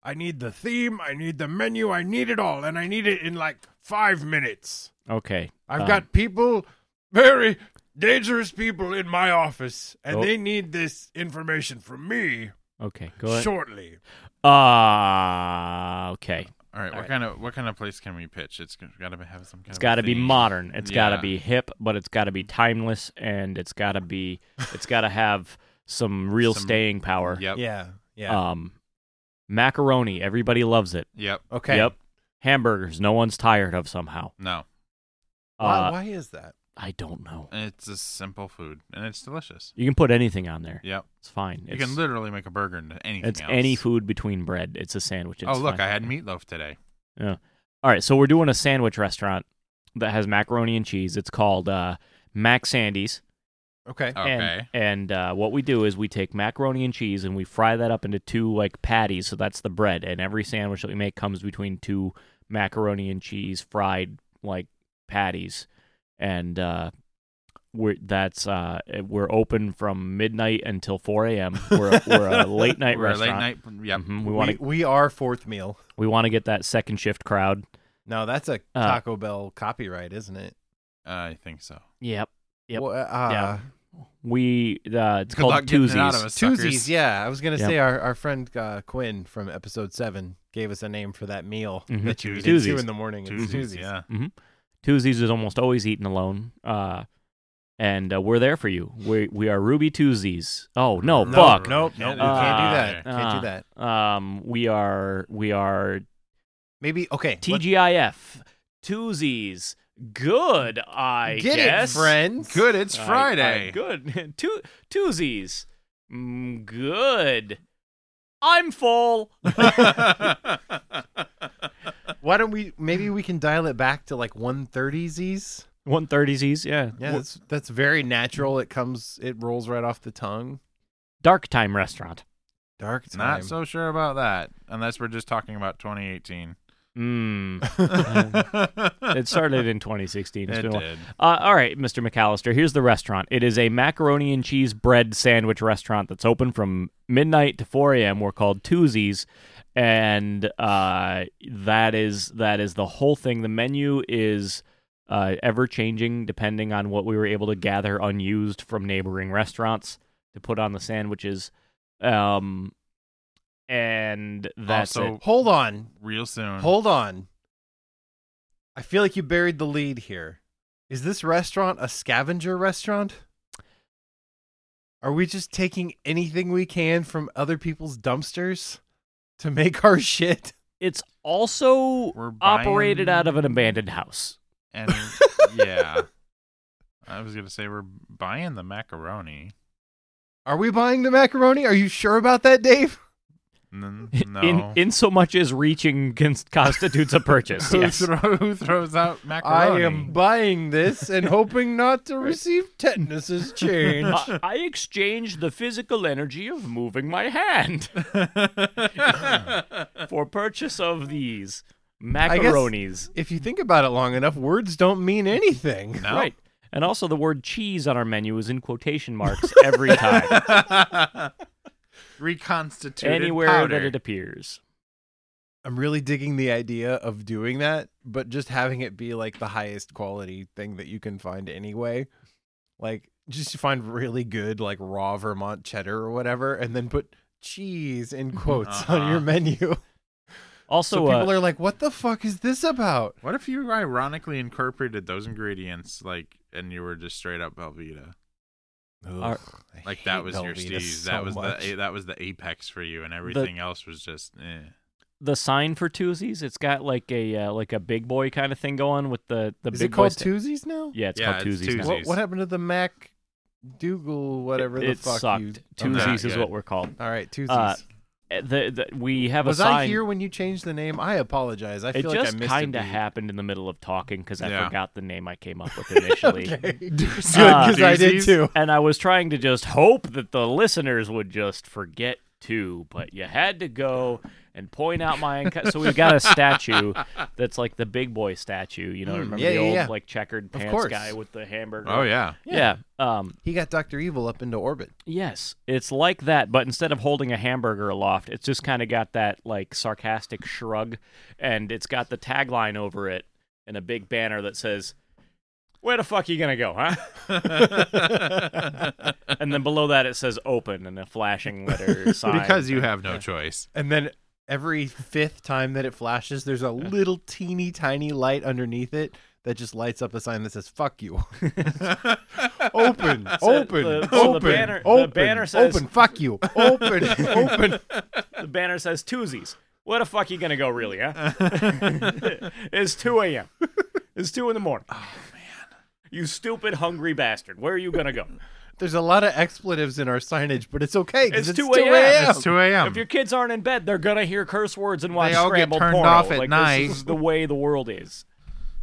[SPEAKER 4] I need the theme, I need the menu, I need it all, and I need it in like five minutes.
[SPEAKER 2] Okay.
[SPEAKER 4] I've
[SPEAKER 2] um,
[SPEAKER 4] got people, very dangerous people in my office, and
[SPEAKER 2] Oh.
[SPEAKER 4] they need this information from me
[SPEAKER 2] Okay. Go ahead.
[SPEAKER 4] shortly.
[SPEAKER 2] Ah. okay.
[SPEAKER 3] All right, what
[SPEAKER 2] All right.
[SPEAKER 3] kind of what kind of place can we pitch? It's got to have some kind
[SPEAKER 2] It's
[SPEAKER 3] of
[SPEAKER 2] got to be
[SPEAKER 3] theme.
[SPEAKER 2] modern. It's got
[SPEAKER 3] Yeah.
[SPEAKER 2] to be hip, but it's got to be timeless, and it's got to be. It's got to have some real
[SPEAKER 3] Some-
[SPEAKER 2] staying power.
[SPEAKER 3] Yep.
[SPEAKER 1] Yeah. Yeah.
[SPEAKER 2] Um, macaroni. Everybody loves it.
[SPEAKER 3] Yep.
[SPEAKER 1] okay.
[SPEAKER 2] Yep. Hamburgers. No one's tired of somehow.
[SPEAKER 3] No,
[SPEAKER 1] Why,
[SPEAKER 2] Uh,
[SPEAKER 1] why is that?
[SPEAKER 2] I don't know.
[SPEAKER 3] it's a simple food and it's delicious.
[SPEAKER 2] You can put anything on there.
[SPEAKER 3] Yep.
[SPEAKER 2] It's fine.
[SPEAKER 3] you
[SPEAKER 2] It's,
[SPEAKER 3] can literally make a burger into anything.
[SPEAKER 2] it's
[SPEAKER 3] else.
[SPEAKER 2] any food between bread. It's a sandwich. It's
[SPEAKER 3] oh look,
[SPEAKER 2] fine.
[SPEAKER 3] I had meatloaf today.
[SPEAKER 2] All right, so we're doing a sandwich restaurant that has macaroni and cheese. It's called uh, Mac Sandy's.
[SPEAKER 1] Okay.
[SPEAKER 3] Okay.
[SPEAKER 2] And, and uh, what we do is we take macaroni and cheese and we fry that up into two like patties. So that's the bread. And every sandwich that we make comes between two macaroni and cheese fried like patties. And uh, we're that's uh, we're open from midnight until 4 a.m. We're a, we're a late night
[SPEAKER 3] We're a late
[SPEAKER 2] restaurant.
[SPEAKER 3] night. Yep.
[SPEAKER 2] Mhm, We
[SPEAKER 1] We,
[SPEAKER 2] want to
[SPEAKER 1] we are fourth meal.
[SPEAKER 2] we want to get that second shift crowd.
[SPEAKER 1] No, that's a
[SPEAKER 2] Uh,
[SPEAKER 1] Taco Bell copyright, isn't it?
[SPEAKER 3] I think so.
[SPEAKER 2] Yep. Yep.
[SPEAKER 1] Well, uh,
[SPEAKER 2] Yeah. We uh, it's
[SPEAKER 3] Good
[SPEAKER 2] called
[SPEAKER 3] luck getting
[SPEAKER 2] Twosies.
[SPEAKER 3] it out of us, suckers.
[SPEAKER 1] Twosies, yeah. I was gonna
[SPEAKER 2] Yep.
[SPEAKER 1] say our, our friend uh, Quinn from episode seven gave us a name for that meal
[SPEAKER 2] Mhm.
[SPEAKER 1] that you eat
[SPEAKER 2] Twosies.
[SPEAKER 1] at two in the morning. It's
[SPEAKER 3] Twosies,
[SPEAKER 1] Twosies.
[SPEAKER 3] Yeah.
[SPEAKER 2] Tuesdays Mm-hmm. is almost always eaten alone. Uh, and uh, we're there for you. We we are Ruby Tuesdays. Oh no,
[SPEAKER 4] No,
[SPEAKER 2] fuck.
[SPEAKER 1] Nope,
[SPEAKER 3] Can't
[SPEAKER 1] nope,
[SPEAKER 3] do
[SPEAKER 2] we
[SPEAKER 3] that.
[SPEAKER 2] can't do
[SPEAKER 1] that. Can't
[SPEAKER 2] Uh,
[SPEAKER 1] do that.
[SPEAKER 2] Um, we are we are ah,
[SPEAKER 1] Maybe okay. let's
[SPEAKER 2] TGIF Tuesdays. Good, I
[SPEAKER 1] get
[SPEAKER 2] guess.
[SPEAKER 1] it, friends.
[SPEAKER 3] Good. It's
[SPEAKER 2] I- I-
[SPEAKER 3] Friday.
[SPEAKER 2] good. Tu- Tuesdays. Mm, good. I'm full.
[SPEAKER 1] Why don't we? Maybe we can dial it back to like one thirty Z's.
[SPEAKER 2] One thirties. Yeah.
[SPEAKER 1] Yeah, that's that's very natural. It comes. It rolls right off the tongue.
[SPEAKER 2] Dark time restaurant.
[SPEAKER 1] Dark time.
[SPEAKER 3] Not so sure about that, unless we're just talking about 2018.
[SPEAKER 2] Mm.
[SPEAKER 3] it
[SPEAKER 2] it started in 2016. It's been a while.
[SPEAKER 3] did.
[SPEAKER 2] Uh, all right, Mr. McAllister, here's the restaurant. It is a macaroni and cheese bread sandwich restaurant that's open from midnight to 4 a.m. We're called Twosies, and uh, that is that is the whole thing. The menu is uh, ever changing depending on what we were able to gather unused from neighboring restaurants to put on the sandwiches. Um, and that's
[SPEAKER 3] Also-
[SPEAKER 2] it.
[SPEAKER 1] Hold on.
[SPEAKER 3] Real soon.
[SPEAKER 1] Hold on. I feel like you buried the lead here. Is this restaurant a scavenger restaurant? Are we just taking anything we can from other people's dumpsters to make our shit?
[SPEAKER 2] It's also
[SPEAKER 3] We're buying-
[SPEAKER 2] operated out of an abandoned house.
[SPEAKER 3] and yeah, I was gonna say we're buying the macaroni.
[SPEAKER 1] Are we buying the macaroni? Are you sure about that, Dave?
[SPEAKER 3] N- no.
[SPEAKER 2] in in so much as reaching con- constitutes a purchase.
[SPEAKER 3] who,
[SPEAKER 2] yes.
[SPEAKER 3] throw- who throws out macaroni?
[SPEAKER 1] I am buying this and hoping not to receive tetanus as change.
[SPEAKER 2] I, I exchanged the physical energy of moving my hand for purchase of these macaronis.
[SPEAKER 1] if you think about it long enough, words don't mean anything.
[SPEAKER 3] no.
[SPEAKER 2] Right. And also, the word cheese on our menu is in quotation marks every time,
[SPEAKER 3] Reconstituted
[SPEAKER 2] anywhere
[SPEAKER 3] powder.
[SPEAKER 2] that it appears.
[SPEAKER 1] I'm really digging the idea of doing that, but just having it be like the highest quality thing that you can find anyway. Like just find really good like raw Vermont cheddar or whatever and then put cheese in quotes on your
[SPEAKER 3] Uh-huh.
[SPEAKER 1] menu.
[SPEAKER 2] Also,
[SPEAKER 1] So,
[SPEAKER 2] uh,
[SPEAKER 1] people are like, "What the fuck is this about?"
[SPEAKER 3] What if you ironically incorporated those ingredients, like, and you were just straight up Velveeta?
[SPEAKER 2] Are-
[SPEAKER 1] Ugh, I
[SPEAKER 3] Like
[SPEAKER 1] hate
[SPEAKER 3] that was your
[SPEAKER 1] Velveeta
[SPEAKER 3] steez.
[SPEAKER 1] so
[SPEAKER 3] that was
[SPEAKER 1] much.
[SPEAKER 3] the that was the apex for you, and everything else was just. Eh.
[SPEAKER 2] the sign for Tuesdays, it's got like a uh, like a big boy kind of thing going with the the
[SPEAKER 1] Is
[SPEAKER 2] big
[SPEAKER 1] it called
[SPEAKER 2] boy sta-
[SPEAKER 1] Tuesdays now?
[SPEAKER 2] Yeah, it's
[SPEAKER 3] Yeah,
[SPEAKER 2] called
[SPEAKER 3] it's
[SPEAKER 2] Tuesdays. now.
[SPEAKER 3] Tuesdays.
[SPEAKER 1] What, what happened to the Mac Dougal whatever
[SPEAKER 2] it
[SPEAKER 1] the fuck
[SPEAKER 2] sucked.
[SPEAKER 1] you
[SPEAKER 2] Tuesdays
[SPEAKER 3] Not
[SPEAKER 2] is
[SPEAKER 3] good.
[SPEAKER 2] what we're called.
[SPEAKER 1] All right, Tuesdays.
[SPEAKER 2] Uh, the, the we have
[SPEAKER 1] Was
[SPEAKER 2] a sign.
[SPEAKER 1] I here when you changed the name? I apologize. I
[SPEAKER 2] it
[SPEAKER 1] feel like I
[SPEAKER 2] just
[SPEAKER 1] missed
[SPEAKER 2] kind
[SPEAKER 1] a
[SPEAKER 2] of
[SPEAKER 1] beat.
[SPEAKER 2] happened in the middle of talking because I
[SPEAKER 3] Yeah.
[SPEAKER 2] forgot the name I came up with initially.
[SPEAKER 1] Okay. Good,
[SPEAKER 2] Uh,
[SPEAKER 1] because I did
[SPEAKER 3] doozies.
[SPEAKER 1] too.
[SPEAKER 2] and I was trying to just hope that the listeners would just forget too, but you had to go and point out my. Inco- so we've got a statue that's like the big boy statue. You know,
[SPEAKER 1] Mm,
[SPEAKER 2] remember
[SPEAKER 1] yeah,
[SPEAKER 2] the
[SPEAKER 1] yeah,
[SPEAKER 2] old
[SPEAKER 1] yeah.
[SPEAKER 2] like checkered pants
[SPEAKER 1] course.
[SPEAKER 2] guy with the hamburger?
[SPEAKER 3] Oh yeah.
[SPEAKER 2] yeah. Um,
[SPEAKER 1] He got Doctor Evil up into orbit.
[SPEAKER 2] yes, it's like that, but instead of holding a hamburger aloft, it's just kind of got that like sarcastic shrug, and it's got the tagline over it and a big banner that says. Where the fuck you gonna go, huh? And then below that it says "open" in a flashing letter sign.
[SPEAKER 3] because you have no choice.
[SPEAKER 1] And then every fifth time that it flashes, there's a little teeny tiny light underneath it that just lights up a sign that says "fuck you." open,
[SPEAKER 2] So
[SPEAKER 1] open,
[SPEAKER 2] the-
[SPEAKER 1] open,
[SPEAKER 2] so the banner- the
[SPEAKER 1] open,
[SPEAKER 2] banner says-
[SPEAKER 1] open, fuck you, open, open.
[SPEAKER 2] the banner says "Twosies." Where the fuck you gonna go, really? Huh? it's two a.m. It's two in the morning. Oh man, you stupid hungry bastard! Where are you gonna go?
[SPEAKER 1] There's a lot of expletives in our signage, but it's okay because
[SPEAKER 2] It's
[SPEAKER 1] it's,
[SPEAKER 2] 2 a.m..
[SPEAKER 3] It's two a.m.
[SPEAKER 2] If your kids aren't in bed, they're gonna hear curse words and watch
[SPEAKER 3] all get
[SPEAKER 2] scrambled
[SPEAKER 3] turned
[SPEAKER 2] porno.
[SPEAKER 3] off at
[SPEAKER 2] like,
[SPEAKER 3] night.
[SPEAKER 2] This is the way the world is.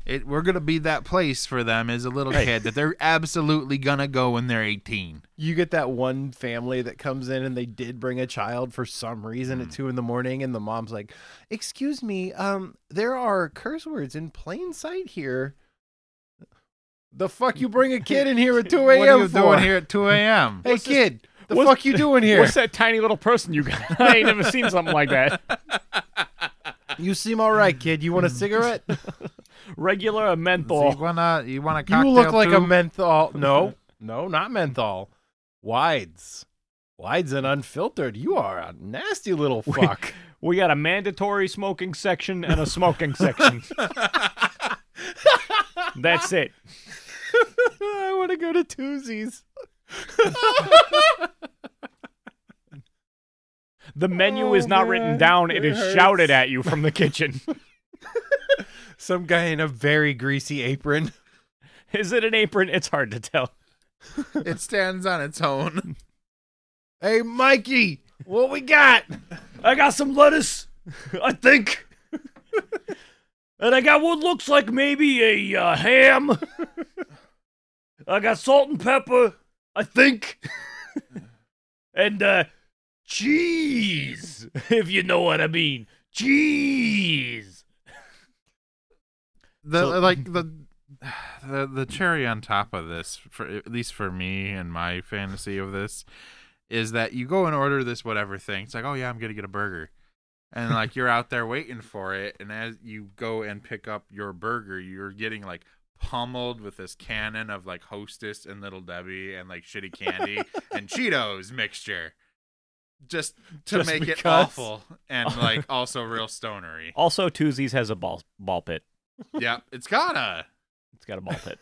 [SPEAKER 3] It, we're gonna be that place for them as a little kid that they're absolutely gonna go when they're 18.
[SPEAKER 1] you get that one family that comes in and they did bring a child for some reason
[SPEAKER 3] Mm.
[SPEAKER 1] at two in the morning and the mom's like excuse me um there are curse words in plain sight here the fuck you bring a kid in here at 2
[SPEAKER 3] What are
[SPEAKER 1] a.m
[SPEAKER 3] you
[SPEAKER 1] for
[SPEAKER 3] doing here at 2 a.m.?
[SPEAKER 1] hey kid the
[SPEAKER 2] Hmm. what's
[SPEAKER 1] fuck you doing here
[SPEAKER 2] What's that tiny little person you got? I ain't never seen something like that.
[SPEAKER 1] you seem all right kid you want a cigarette
[SPEAKER 2] Regular or
[SPEAKER 3] So
[SPEAKER 2] menthol?
[SPEAKER 3] you wanna you wanna cocktail
[SPEAKER 1] you look like
[SPEAKER 3] too?
[SPEAKER 1] a menthol no no not menthol wides wides and unfiltered you are a nasty little fuck
[SPEAKER 2] We got a mandatory smoking section and a smoking section. That's it.
[SPEAKER 1] I want to go to Tuesdays.
[SPEAKER 2] The menu
[SPEAKER 1] Oh,
[SPEAKER 2] is not
[SPEAKER 1] man.
[SPEAKER 2] written down, it
[SPEAKER 1] It
[SPEAKER 2] is
[SPEAKER 1] hurts.
[SPEAKER 2] shouted at you from the kitchen.
[SPEAKER 1] Some guy in a very greasy apron.
[SPEAKER 2] is it an apron? It's hard to tell.
[SPEAKER 3] It stands on its own.
[SPEAKER 1] Hey, Mikey, what we got?
[SPEAKER 2] I got some lettuce, I think. and I got what looks like maybe a uh, ham. I got salt and pepper, I think. and uh, cheese, if you know what I mean. Cheese.
[SPEAKER 3] The
[SPEAKER 2] So-
[SPEAKER 3] like the the the cherry on top of this, for at least for me and my fantasy of this, is that you go and order this whatever thing. It's like, oh yeah, I'm gonna get a burger, and like you're out there waiting for it, and as you go and pick up your burger, you're getting like pummeled with this cannon of like Hostess and Little Debbie and like shitty candy and Cheetos mixture. Just to
[SPEAKER 2] Just
[SPEAKER 3] make it
[SPEAKER 2] because.
[SPEAKER 3] awful and like also real stonery.
[SPEAKER 2] Also, Toozies has a ball, ball pit.
[SPEAKER 3] Yep, it's gotta.
[SPEAKER 2] It's got a ball pit.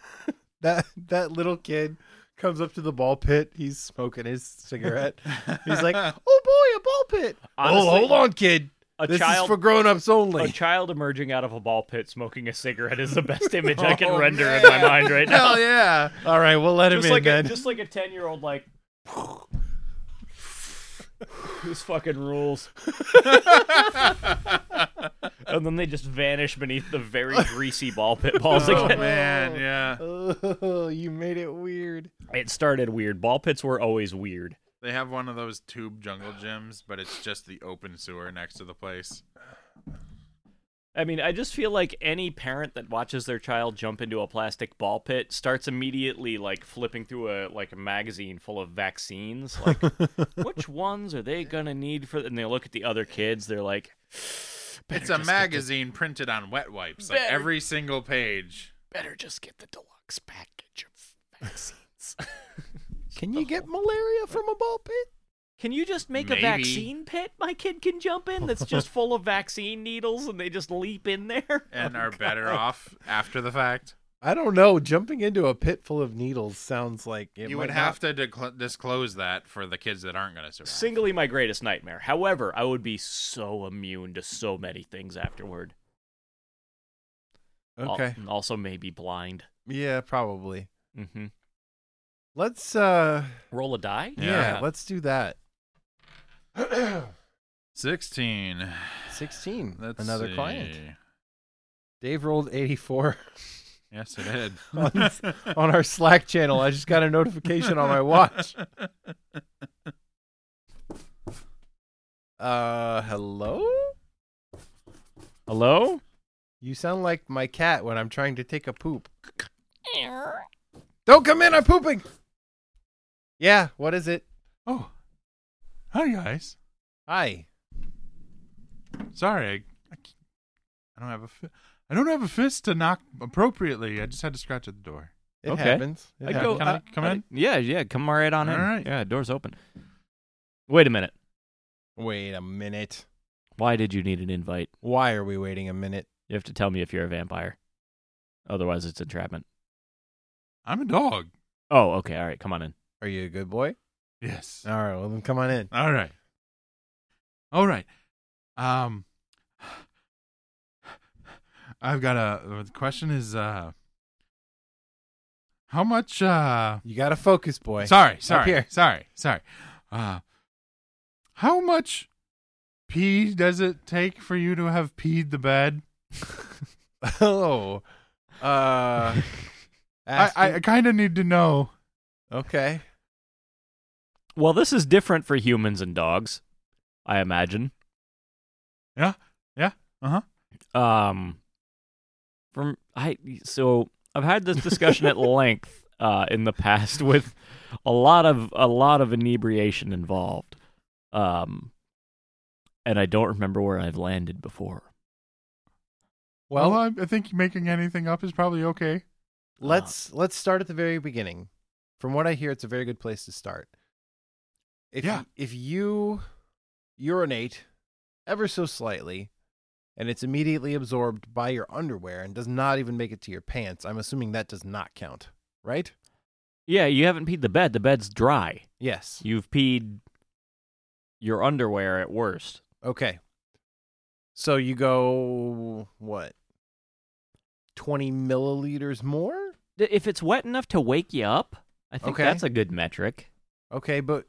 [SPEAKER 1] That that little kid comes up to the ball pit. He's smoking his cigarette. He's like, "Oh boy, a ball pit."
[SPEAKER 2] Honestly,
[SPEAKER 1] oh, hold on, kid.
[SPEAKER 2] A
[SPEAKER 1] this
[SPEAKER 2] child
[SPEAKER 1] is for grown-ups
[SPEAKER 2] A
[SPEAKER 1] only.
[SPEAKER 2] child emerging out of a ball pit smoking a cigarette is the best image I can
[SPEAKER 3] Oh,
[SPEAKER 2] render in my
[SPEAKER 3] man.
[SPEAKER 2] mind right now.
[SPEAKER 3] Hell yeah.
[SPEAKER 1] All right, we'll let him
[SPEAKER 2] Just
[SPEAKER 1] in
[SPEAKER 2] like a,
[SPEAKER 1] then.
[SPEAKER 2] just like a ten year old like. this fucking rules. and then they just vanish beneath the very greasy ball pit balls
[SPEAKER 3] Oh
[SPEAKER 2] again.
[SPEAKER 3] man, yeah.
[SPEAKER 1] oh, you made it weird.
[SPEAKER 2] It started weird. Ball pits were always weird.
[SPEAKER 3] They have one of those tube jungle gyms, but it's just the open sewer next to the place.
[SPEAKER 2] I mean, I just feel like any parent that watches their child jump into a plastic ball pit starts immediately like flipping through a like a magazine full of vaccines. Like, which ones are they gonna need for? And they look at the other kids. They're like,
[SPEAKER 3] It's a magazine printed on wet wipes, like
[SPEAKER 2] Better-
[SPEAKER 3] every single page.
[SPEAKER 2] better just get the deluxe package of vaccines.
[SPEAKER 1] Can you get malaria from a ball pit?
[SPEAKER 2] Can you just make a
[SPEAKER 3] Maybe.
[SPEAKER 2] vaccine pit my kid can jump in that's just full of vaccine needles and they just leap in there? Oh,
[SPEAKER 1] Oh,
[SPEAKER 3] And are better off after the fact.
[SPEAKER 1] I don't know. Jumping into a pit full of needles sounds like it
[SPEAKER 3] you
[SPEAKER 1] might
[SPEAKER 3] would
[SPEAKER 1] not
[SPEAKER 3] have to decl- disclose that for the kids that aren't going to survive.
[SPEAKER 2] Singly my greatest nightmare. However, I would be so immune to so many things afterward. Al-
[SPEAKER 1] Okay.
[SPEAKER 2] and also maybe blind.
[SPEAKER 1] Yeah, probably.
[SPEAKER 2] Mm-hmm.
[SPEAKER 1] Let's uh
[SPEAKER 2] Roll a die?
[SPEAKER 1] yeah,
[SPEAKER 3] Yeah.
[SPEAKER 1] let's do that.
[SPEAKER 3] Sixteen.
[SPEAKER 1] 16.
[SPEAKER 3] Let's
[SPEAKER 1] another client.
[SPEAKER 3] see.
[SPEAKER 1] Dave rolled 84
[SPEAKER 3] Yes, I did.
[SPEAKER 1] on our Slack channel. I just got a notification on my watch. Uh, hello?
[SPEAKER 2] Hello?
[SPEAKER 1] You sound like my cat when I'm trying to take a poop. Don't come in, I'm pooping. Yeah, what is it?
[SPEAKER 3] Oh, hi guys.
[SPEAKER 1] Hi.
[SPEAKER 3] Sorry, I, I, c- I don't have a fi- I don't have a fist to knock appropriately. I just had to scratch at the door.
[SPEAKER 1] It
[SPEAKER 2] Okay.
[SPEAKER 1] happens. It
[SPEAKER 2] I
[SPEAKER 1] happens.
[SPEAKER 2] go uh,
[SPEAKER 3] Can I come in?
[SPEAKER 2] Yeah, yeah, come right on in.
[SPEAKER 3] All right.
[SPEAKER 2] Yeah, door's open. Wait a minute.
[SPEAKER 1] Wait a minute.
[SPEAKER 2] Why did you need an invite?
[SPEAKER 1] Why are we waiting a minute?
[SPEAKER 2] You have to tell me if you're a vampire. Otherwise, it's entrapment.
[SPEAKER 3] I'm a dog.
[SPEAKER 2] Oh, okay. All right, come on in.
[SPEAKER 1] Are you a good boy?
[SPEAKER 3] Yes.
[SPEAKER 1] All right, well then come on in.
[SPEAKER 3] All right. All right. Um I've got a the question is uh how much uh
[SPEAKER 1] You got to focus, boy.
[SPEAKER 3] sorry, sorry.
[SPEAKER 1] here.
[SPEAKER 3] Sorry. Sorry. Uh how much pee does it take for you to have peed the bed?
[SPEAKER 1] oh. Uh
[SPEAKER 3] I,
[SPEAKER 1] Aspen?
[SPEAKER 3] I, I kind of need to know.
[SPEAKER 1] Okay.
[SPEAKER 2] Well, this is different for humans and dogs, I imagine.
[SPEAKER 3] Yeah, yeah, uh-huh.
[SPEAKER 2] Um, from I so I've had this discussion at length uh, in the past with a lot of a lot of inebriation involved. Um, and I don't remember where I've landed before.
[SPEAKER 1] Well,
[SPEAKER 3] I, I think making anything up is probably okay.
[SPEAKER 1] let's let's start at the very beginning. From what I hear, it's a very good place to start. If
[SPEAKER 3] Yeah.
[SPEAKER 1] if you urinate ever so slightly and it's immediately absorbed by your underwear and does not even make it to your pants, I'm assuming that does not count, right?
[SPEAKER 2] Yeah, you haven't peed the bed. The bed's dry.
[SPEAKER 1] Yes.
[SPEAKER 2] You've peed your underwear at worst.
[SPEAKER 1] Okay. So you go what? 20 milliliters more?
[SPEAKER 2] D- If it's wet enough to wake you up, I think
[SPEAKER 1] Okay.
[SPEAKER 2] that's a good metric.
[SPEAKER 1] Okay, but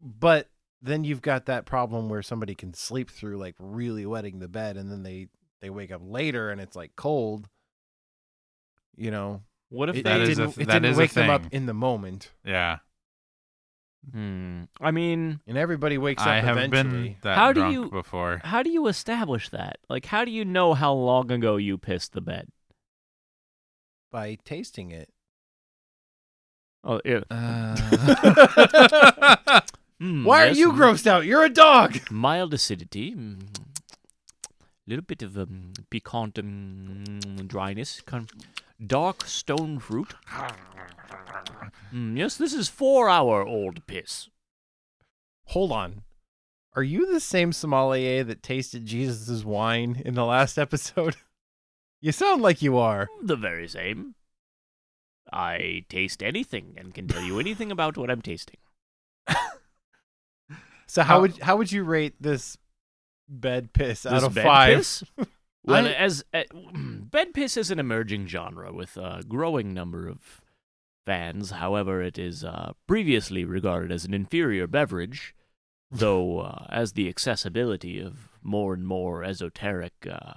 [SPEAKER 1] but then you've got that problem where somebody can sleep through like really wetting the bed and then they they wake up later and it's like cold. You know,
[SPEAKER 2] What if
[SPEAKER 1] it,
[SPEAKER 3] that
[SPEAKER 1] it
[SPEAKER 2] they
[SPEAKER 3] is a
[SPEAKER 1] didn't,
[SPEAKER 3] th-
[SPEAKER 1] it
[SPEAKER 3] that
[SPEAKER 1] didn't
[SPEAKER 3] is a
[SPEAKER 1] wake them up
[SPEAKER 3] thing.
[SPEAKER 1] in the moment,
[SPEAKER 3] Yeah.
[SPEAKER 2] Hmm. I mean,
[SPEAKER 1] and everybody wakes up
[SPEAKER 3] I have been
[SPEAKER 1] eventually.
[SPEAKER 3] that
[SPEAKER 2] How do
[SPEAKER 3] drunk
[SPEAKER 2] you-
[SPEAKER 3] before.
[SPEAKER 2] how do you establish that? Like, how do you know how long ago you pissed the bed?
[SPEAKER 1] by tasting it.
[SPEAKER 2] Oh, yeah.
[SPEAKER 3] Uh,
[SPEAKER 2] Hmm,
[SPEAKER 1] Why are
[SPEAKER 2] yes,
[SPEAKER 1] you
[SPEAKER 2] mm,
[SPEAKER 1] grossed out? You're a dog.
[SPEAKER 2] Mild acidity, a little bit of um, piquant um, dryness, con- dark stone fruit. Hmm, yes, this is four-hour-old piss.
[SPEAKER 1] Hold on. Are you the same sommelier that tasted Jesus' wine in the last episode? you sound like you are.
[SPEAKER 2] The very same. I taste anything and can tell you anything about what I'm tasting.
[SPEAKER 1] So how
[SPEAKER 3] Uh,
[SPEAKER 1] would how would you rate this bed piss out
[SPEAKER 2] This
[SPEAKER 1] of
[SPEAKER 2] bed
[SPEAKER 1] five?
[SPEAKER 2] piss? well,
[SPEAKER 1] I-
[SPEAKER 2] as uh, bed piss is an emerging genre with a growing number of fans. However, it is uh, previously regarded as an inferior beverage, though uh, as the accessibility of more and more esoteric uh,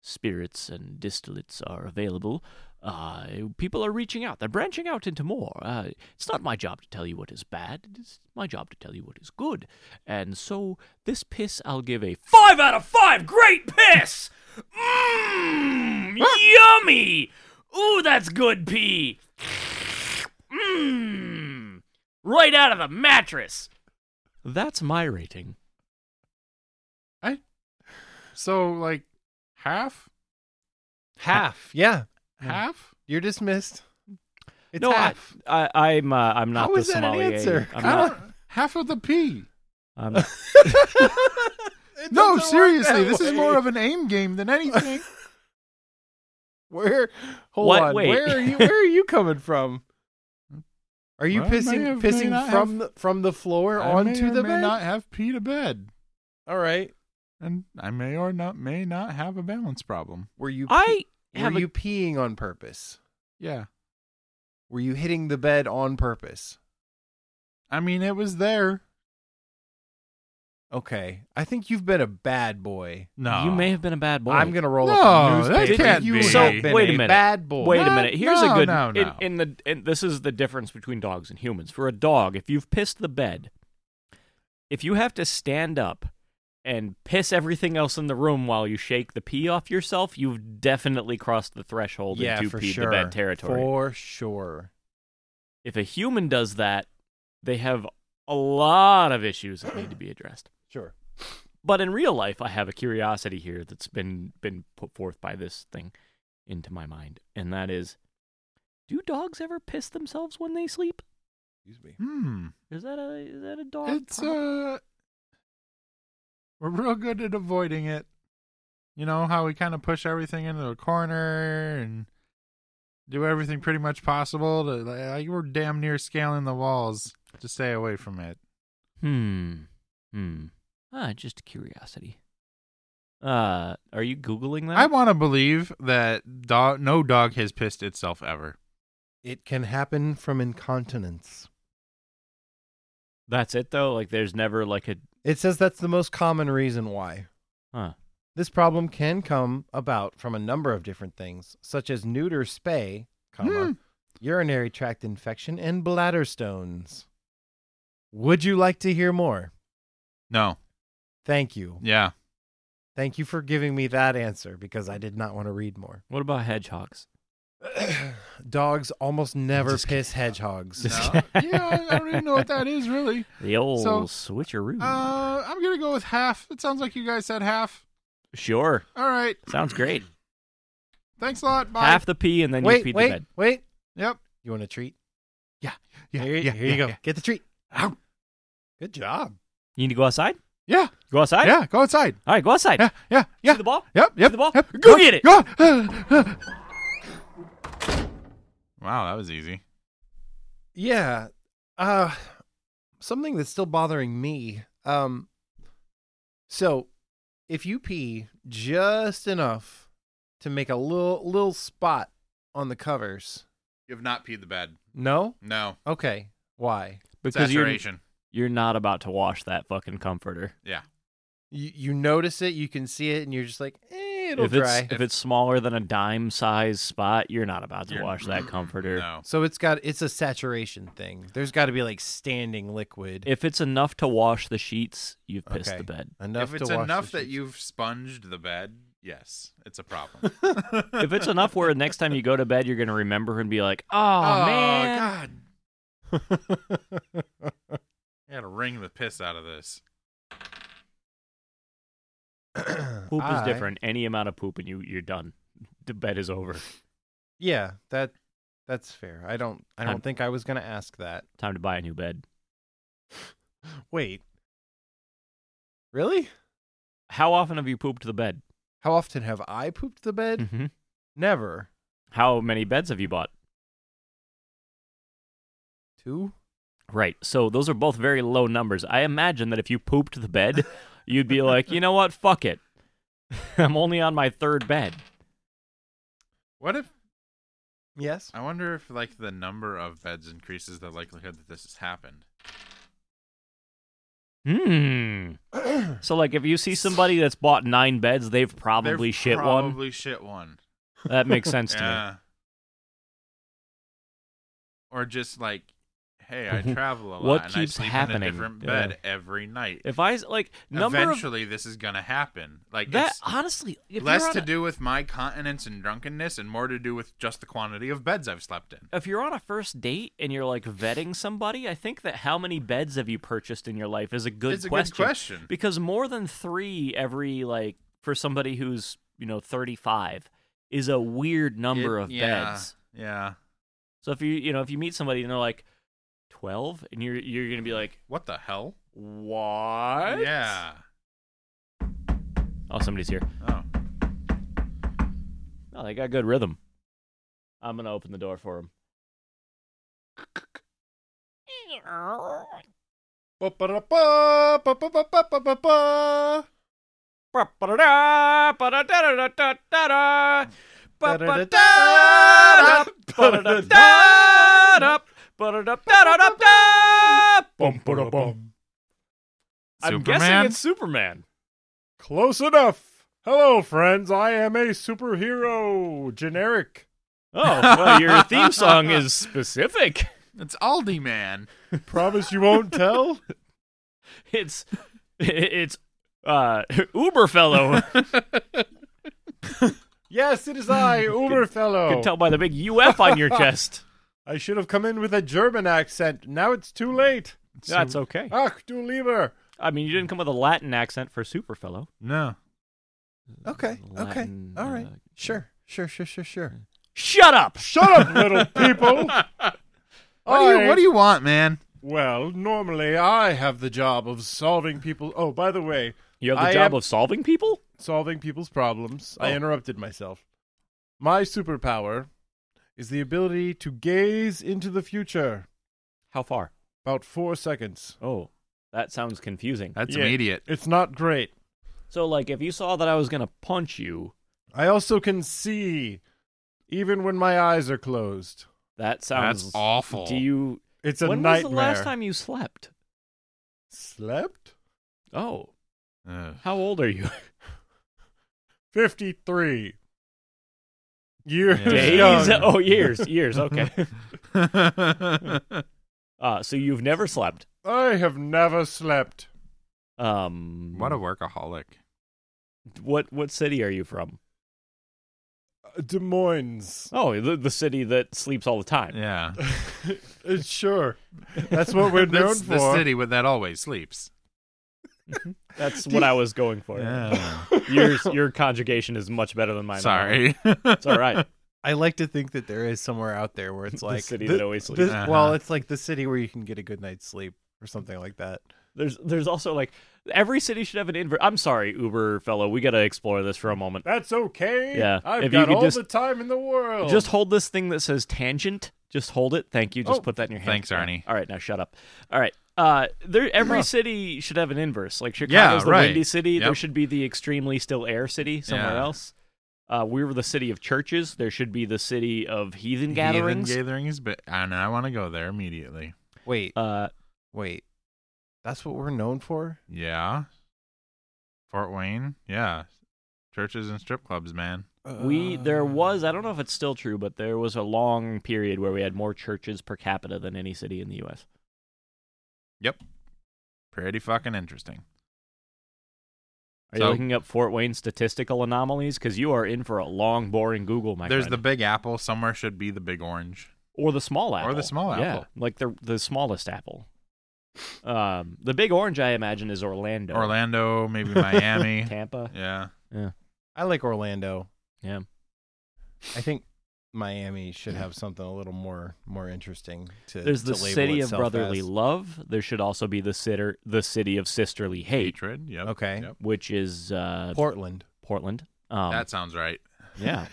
[SPEAKER 2] spirits and distillates are available. Uh, people are reaching out. They're branching out into more. Uh, it's not my job to tell you what is bad. It is my job to tell you what is good. And so this piss, I'll give a five out of five. Great piss. Mmm, yummy. Ooh, that's good pee. Mmm, right out of the mattress. That's my rating.
[SPEAKER 3] so like half,
[SPEAKER 1] Half. Yeah.
[SPEAKER 3] half.
[SPEAKER 1] You're dismissed. It's
[SPEAKER 2] no,
[SPEAKER 1] half.
[SPEAKER 2] I, I, I'm, uh, I'm not
[SPEAKER 1] How
[SPEAKER 2] the
[SPEAKER 1] is that an
[SPEAKER 2] sommelier.
[SPEAKER 1] answer?
[SPEAKER 2] I'm
[SPEAKER 3] I
[SPEAKER 2] not.
[SPEAKER 3] don't- half of the pee.
[SPEAKER 2] I'm
[SPEAKER 1] It doesn't
[SPEAKER 3] No,
[SPEAKER 1] work
[SPEAKER 3] seriously,
[SPEAKER 1] that
[SPEAKER 3] this is
[SPEAKER 1] way.
[SPEAKER 3] more of an aim game than anything.
[SPEAKER 1] where hold
[SPEAKER 2] What?
[SPEAKER 1] on.
[SPEAKER 2] Wait.
[SPEAKER 1] Where are you where are you coming from? Are you
[SPEAKER 3] Well, I may
[SPEAKER 1] pissing
[SPEAKER 3] have- may
[SPEAKER 1] pissing
[SPEAKER 3] not
[SPEAKER 1] from the, from the floor
[SPEAKER 3] I may
[SPEAKER 1] onto
[SPEAKER 3] or
[SPEAKER 1] the
[SPEAKER 3] may
[SPEAKER 1] bed?
[SPEAKER 3] not have pee to bed,
[SPEAKER 1] All right.
[SPEAKER 3] and I may or not may not have a balance problem.
[SPEAKER 1] Were you
[SPEAKER 2] I
[SPEAKER 1] pee-
[SPEAKER 2] have
[SPEAKER 1] were
[SPEAKER 2] a-
[SPEAKER 1] you peeing on purpose?
[SPEAKER 3] Yeah,
[SPEAKER 1] Were you hitting the bed on purpose?
[SPEAKER 3] I mean it was there.
[SPEAKER 1] Okay. I think you've been a bad boy.
[SPEAKER 3] No,
[SPEAKER 2] You may have been a bad boy.
[SPEAKER 1] I'm gonna roll
[SPEAKER 3] No,
[SPEAKER 1] up a
[SPEAKER 3] that
[SPEAKER 1] newspaper.
[SPEAKER 3] can't
[SPEAKER 1] you
[SPEAKER 3] be.
[SPEAKER 1] have
[SPEAKER 3] So,
[SPEAKER 1] been
[SPEAKER 2] wait a
[SPEAKER 1] a
[SPEAKER 2] minute.
[SPEAKER 1] bad boy.
[SPEAKER 2] Wait a
[SPEAKER 3] No,
[SPEAKER 2] minute. Here's
[SPEAKER 3] no,
[SPEAKER 2] a good
[SPEAKER 3] no, no.
[SPEAKER 2] In, in the and this is the difference between dogs and humans. For a dog, if you've pissed the bed, if you have to stand up and piss everything else in the room while you shake the pee off yourself, you've definitely crossed the threshold
[SPEAKER 1] yeah,
[SPEAKER 2] into
[SPEAKER 1] for
[SPEAKER 2] pee
[SPEAKER 1] sure.
[SPEAKER 2] the bed territory.
[SPEAKER 1] For sure.
[SPEAKER 2] If a human does that, they have a lot of issues that need to be addressed.
[SPEAKER 1] Sure.
[SPEAKER 2] But in real life, I have a curiosity here that's been been put forth by this thing into my mind, and that is, do dogs ever piss themselves when they sleep?
[SPEAKER 1] Excuse me.
[SPEAKER 3] Hmm.
[SPEAKER 2] Is that a is that a dog?
[SPEAKER 3] It's
[SPEAKER 2] problem?
[SPEAKER 3] uh, we're real good at avoiding it. You know how we kind of push everything into a corner and do everything pretty much possible to like we're damn near scaling the walls to stay away from it.
[SPEAKER 2] hmm hmm ah just a curiosity. Uh, are you googling that?
[SPEAKER 3] I want to believe that dog, no dog has pissed itself ever.
[SPEAKER 1] It can happen from incontinence.
[SPEAKER 2] That's it though. Like, there's never like a
[SPEAKER 1] It says that's the most common reason why.
[SPEAKER 2] huh.
[SPEAKER 1] This problem can come about from a number of different things, such as neuter spay, comma,
[SPEAKER 3] Hmm.
[SPEAKER 1] urinary tract infection, and bladder stones. Would you like to hear more?
[SPEAKER 3] No.
[SPEAKER 1] Thank you.
[SPEAKER 3] Yeah.
[SPEAKER 1] Thank you for giving me that answer because I did not want to read more.
[SPEAKER 2] What about hedgehogs?
[SPEAKER 1] Dogs almost never
[SPEAKER 2] Just
[SPEAKER 1] piss hedgehogs.
[SPEAKER 2] Just-
[SPEAKER 3] No. yeah. I don't even know what that is really.
[SPEAKER 2] The old
[SPEAKER 3] So,
[SPEAKER 2] switcheroo.
[SPEAKER 3] Uh, I'm gonna go with half. It sounds like you guys said half.
[SPEAKER 2] sure,
[SPEAKER 3] All right.
[SPEAKER 2] sounds great.
[SPEAKER 3] Thanks a lot. Bye.
[SPEAKER 2] Half the pee and then you
[SPEAKER 1] wait,
[SPEAKER 2] pee the
[SPEAKER 1] wait,
[SPEAKER 2] bed.
[SPEAKER 1] wait.
[SPEAKER 3] Yep.
[SPEAKER 1] You want a treat?
[SPEAKER 3] Yeah. Yeah.
[SPEAKER 1] here
[SPEAKER 3] yeah,
[SPEAKER 1] here
[SPEAKER 3] yeah,
[SPEAKER 1] you go.
[SPEAKER 3] Yeah.
[SPEAKER 1] Get the treat.
[SPEAKER 3] Ow.
[SPEAKER 1] Good job.
[SPEAKER 2] You need to go outside.
[SPEAKER 3] Yeah.
[SPEAKER 2] Go outside.
[SPEAKER 3] yeah. Go outside.
[SPEAKER 2] All right, go outside.
[SPEAKER 3] Yeah. Yeah. Yeah.
[SPEAKER 2] See the ball.
[SPEAKER 3] Yep. Yep.
[SPEAKER 2] the ball?
[SPEAKER 3] Yep.
[SPEAKER 2] Go get it.
[SPEAKER 3] Go. wow, that was easy.
[SPEAKER 1] Yeah. Uh something that's still bothering me. Um so if you pee just enough to make a little little spot on the covers.
[SPEAKER 3] You have not peed the bed.
[SPEAKER 1] No?
[SPEAKER 3] No.
[SPEAKER 1] Okay. Why?
[SPEAKER 2] Mm. Because you're you're not about to wash that fucking comforter.
[SPEAKER 1] You you notice it, you can see it and you're just like, "Eh, it'll
[SPEAKER 2] if
[SPEAKER 1] dry."
[SPEAKER 2] it's if it's smaller than a dime size spot, you're not about to
[SPEAKER 3] You're-
[SPEAKER 2] wash that comforter.
[SPEAKER 3] No.
[SPEAKER 1] so it's got it's a saturation thing. There's got to be like standing liquid
[SPEAKER 2] If it's enough to wash the sheets, you've pissed
[SPEAKER 1] Okay.
[SPEAKER 2] the bed.
[SPEAKER 1] enough
[SPEAKER 3] if it's
[SPEAKER 1] to wash the
[SPEAKER 3] enough that
[SPEAKER 1] sheets.
[SPEAKER 3] you've sponged the bed, yes, it's a problem.
[SPEAKER 2] If it's enough where next time you go to bed, you're gonna remember and be like, "Oh,
[SPEAKER 3] God.
[SPEAKER 2] man,
[SPEAKER 3] I gotta wring the piss out of this.
[SPEAKER 2] poop is
[SPEAKER 1] Ah, I-
[SPEAKER 2] different. Any amount of poop and you you're done. The bed is over.
[SPEAKER 1] Yeah, that that's fair. I don't I don't
[SPEAKER 2] I'm-
[SPEAKER 1] think I was going to ask that.
[SPEAKER 2] Time to buy a new bed."
[SPEAKER 1] Wait. Really?
[SPEAKER 2] How often have you pooped the bed?
[SPEAKER 1] How often have I pooped the bed?
[SPEAKER 2] Mm-hmm.
[SPEAKER 1] Never.
[SPEAKER 2] How many beds have you bought?
[SPEAKER 1] Two?
[SPEAKER 2] Right. So those are both very low numbers. I imagine that if you pooped the bed, you'd be like, you know what? Fuck it. I'm only on my third bed.
[SPEAKER 3] What if
[SPEAKER 1] Yes.
[SPEAKER 3] I wonder if like the number of beds increases the likelihood that this has happened?
[SPEAKER 2] Hmm. So like, if you see somebody that's bought nine beds, they've
[SPEAKER 3] They're
[SPEAKER 2] probably shit one.
[SPEAKER 3] Probably shit one.
[SPEAKER 2] That makes sense to me.
[SPEAKER 3] Yeah. Or just like, hey, I travel a lot.
[SPEAKER 2] What
[SPEAKER 3] and I
[SPEAKER 2] keeps
[SPEAKER 3] sleep In
[SPEAKER 2] happening?
[SPEAKER 3] a different
[SPEAKER 2] Yeah.
[SPEAKER 3] bed every night.
[SPEAKER 2] If I s- like number
[SPEAKER 3] Eventually, this is gonna happen. Like
[SPEAKER 2] of that,
[SPEAKER 3] it's
[SPEAKER 2] honestly, if
[SPEAKER 3] less
[SPEAKER 2] you're on
[SPEAKER 3] to
[SPEAKER 2] a,
[SPEAKER 3] do with my continence and drunkenness, and more to do with just the quantity of beds I've slept in.
[SPEAKER 2] If you're on a first date and you're like vetting somebody, I think that how many beds have you purchased in your life is a good
[SPEAKER 3] it's a
[SPEAKER 2] question.
[SPEAKER 3] good question.
[SPEAKER 2] because more than three every like for somebody who's you know 35 is a weird number
[SPEAKER 3] It-
[SPEAKER 2] of
[SPEAKER 3] yeah,
[SPEAKER 2] beds
[SPEAKER 3] Yeah.
[SPEAKER 2] so if you you know if you meet somebody and they're like 12 and you're you're gonna be like
[SPEAKER 3] What the hell?
[SPEAKER 2] what
[SPEAKER 3] Yeah.
[SPEAKER 2] oh somebody's here
[SPEAKER 3] Oh.
[SPEAKER 2] oh they got good rhythm i'm gonna open the door for them "Oh,
[SPEAKER 3] Superman?
[SPEAKER 5] I'm guessing it's Superman.
[SPEAKER 4] Close enough. Hello, friends. I am a superhero. Generic.
[SPEAKER 5] Oh, well, your theme song is specific.
[SPEAKER 3] It's Aldi Man.
[SPEAKER 4] Promise you won't tell.
[SPEAKER 5] It's it's uh Uber fellow.
[SPEAKER 4] yes, it is I, Uber fellow.
[SPEAKER 5] Can tell by the big UF on your chest.
[SPEAKER 4] I should have come in with a German accent. Now it's too late.
[SPEAKER 5] That's okay.
[SPEAKER 4] Ach, du lieber.
[SPEAKER 2] I mean, you didn't come with a Latin accent for Superfellow.
[SPEAKER 3] No.
[SPEAKER 1] Okay.
[SPEAKER 2] Latin,
[SPEAKER 1] okay. All right.
[SPEAKER 2] uh,
[SPEAKER 1] sure. Sure. Sure. Sure.
[SPEAKER 2] Mm.
[SPEAKER 1] Sure.
[SPEAKER 5] Shut up.
[SPEAKER 4] Shut up, little people.
[SPEAKER 3] What do you What do you want, man?
[SPEAKER 4] Well, normally I have the job of solving people. Oh, by the way,
[SPEAKER 2] You have the
[SPEAKER 4] I
[SPEAKER 2] job
[SPEAKER 4] am-
[SPEAKER 2] of solving people?
[SPEAKER 4] solving people's problems. I
[SPEAKER 2] Oh.
[SPEAKER 4] interrupted myself. My superpower is the ability to gaze into the future.
[SPEAKER 2] How far?
[SPEAKER 4] About four seconds.
[SPEAKER 2] Oh, that sounds confusing.
[SPEAKER 3] That's
[SPEAKER 4] Yeah.
[SPEAKER 3] immediate.
[SPEAKER 4] It's not great.
[SPEAKER 2] So, like, if you saw that I was going to punch you,
[SPEAKER 4] I also can see, even when my eyes are closed.
[SPEAKER 2] that sounds
[SPEAKER 3] That's awful.
[SPEAKER 2] Do you?
[SPEAKER 4] It's a
[SPEAKER 2] when was
[SPEAKER 4] nightmare.
[SPEAKER 2] the last time you slept?
[SPEAKER 4] slept?
[SPEAKER 2] Oh,
[SPEAKER 3] Ugh.
[SPEAKER 2] how old are you?
[SPEAKER 4] Fifty-three years
[SPEAKER 3] Yeah.
[SPEAKER 2] Days?
[SPEAKER 4] young.
[SPEAKER 2] Oh, years, years. Okay. Uh, so you've never slept.
[SPEAKER 4] I have never slept.
[SPEAKER 2] Um,
[SPEAKER 3] what a workaholic.
[SPEAKER 2] what what city are you from?
[SPEAKER 4] Uh, Des Moines.
[SPEAKER 2] Oh, the, the city that sleeps all the time.
[SPEAKER 3] Yeah.
[SPEAKER 4] Uh, sure, that's what we're known
[SPEAKER 3] That's
[SPEAKER 4] for.
[SPEAKER 3] the city where that always sleeps.
[SPEAKER 2] Mm-hmm. That's what I was going for.
[SPEAKER 3] Yeah.
[SPEAKER 2] Yours, your conjugation is much better than mine.
[SPEAKER 3] Sorry.
[SPEAKER 2] it's all right.
[SPEAKER 1] I like to think that there is somewhere out there where it's like
[SPEAKER 2] the city
[SPEAKER 1] the-
[SPEAKER 2] that always
[SPEAKER 1] the-
[SPEAKER 2] sleeps.
[SPEAKER 3] Uh-huh.
[SPEAKER 1] well, it's like the city where you can get a good night's sleep or something like that.
[SPEAKER 2] There's there's also like every city should have an invert. I'm sorry, Uber fellow. We got to explore this for a moment.
[SPEAKER 4] That's okay.
[SPEAKER 2] Yeah,
[SPEAKER 4] I've
[SPEAKER 2] if you
[SPEAKER 4] got
[SPEAKER 2] could
[SPEAKER 4] all
[SPEAKER 2] just-
[SPEAKER 4] the time in the world.
[SPEAKER 2] Just hold this thing that says tangent. Just hold it. Thank you. Just
[SPEAKER 4] Oh,
[SPEAKER 2] put that in your hand.
[SPEAKER 3] thanks, Arnie.
[SPEAKER 2] All right, now shut up. All right. Uh, there, every city should have an inverse. Like Chicago's
[SPEAKER 3] Yeah,
[SPEAKER 2] the
[SPEAKER 3] right.
[SPEAKER 2] windy city. There
[SPEAKER 3] Yep.
[SPEAKER 2] should be the extremely still air city somewhere
[SPEAKER 3] Yeah.
[SPEAKER 2] else. Uh, we were the city of churches. There should be the city of heathen gatherings.
[SPEAKER 3] Heathen gatherings, but I know I want to go there immediately.
[SPEAKER 1] Wait,
[SPEAKER 2] uh,
[SPEAKER 1] wait. That's what we're known for.
[SPEAKER 3] Yeah. Fort Wayne. Yeah. Churches and strip clubs, man.
[SPEAKER 2] we
[SPEAKER 3] Uh.
[SPEAKER 2] there was I don't know if it's still true, but there was a long period where we had more churches per capita than any city in the U.S.
[SPEAKER 3] Pretty fucking interesting.
[SPEAKER 2] Are
[SPEAKER 3] So-
[SPEAKER 2] you looking up Fort Wayne statistical anomalies? Because you are in for a long, boring Google, my
[SPEAKER 3] There's the
[SPEAKER 2] friend.
[SPEAKER 3] big apple. Somewhere should be the big orange.
[SPEAKER 2] or the small apple,
[SPEAKER 3] Or the small
[SPEAKER 2] Yeah,
[SPEAKER 3] apple.
[SPEAKER 2] like the the smallest apple. Um, the big orange, I imagine, is Orlando.
[SPEAKER 3] Orlando, maybe Miami.
[SPEAKER 2] Tampa.
[SPEAKER 3] yeah.
[SPEAKER 1] I like Orlando.
[SPEAKER 2] Yeah.
[SPEAKER 1] I think Miami should have something a little more more interesting to.
[SPEAKER 2] There's
[SPEAKER 1] to
[SPEAKER 2] the
[SPEAKER 1] label
[SPEAKER 2] city of
[SPEAKER 1] itself
[SPEAKER 2] brotherly
[SPEAKER 1] as.
[SPEAKER 2] love. There should also be the sitter, the city of sisterly hate,
[SPEAKER 3] Hatred. Yep.
[SPEAKER 1] Okay.
[SPEAKER 3] Yep.
[SPEAKER 2] which is uh,
[SPEAKER 1] Portland.
[SPEAKER 2] Portland. Um,
[SPEAKER 3] that sounds right.
[SPEAKER 2] yeah.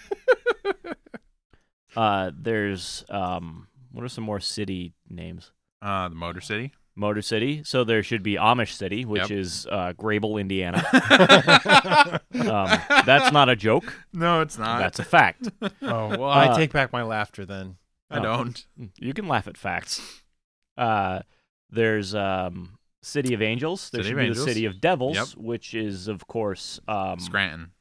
[SPEAKER 2] uh, there's um, what are some more city names?
[SPEAKER 3] Uh, the Motor City.
[SPEAKER 2] Motor City. So there should be Amish City, which
[SPEAKER 3] Yep.
[SPEAKER 2] is uh, Grable, Indiana.
[SPEAKER 3] no,
[SPEAKER 2] Um, that's not a joke.
[SPEAKER 3] it's not.
[SPEAKER 2] That's a fact.
[SPEAKER 1] Oh well,
[SPEAKER 2] Uh,
[SPEAKER 1] I take back my laughter then.
[SPEAKER 3] I don't.
[SPEAKER 2] You can laugh at facts. Uh, there's um, City of Angels. There
[SPEAKER 3] City
[SPEAKER 2] should
[SPEAKER 3] of
[SPEAKER 2] be
[SPEAKER 3] Angels.
[SPEAKER 2] the City of Devils,
[SPEAKER 3] Yep.
[SPEAKER 2] which is, of course, um,
[SPEAKER 3] Scranton.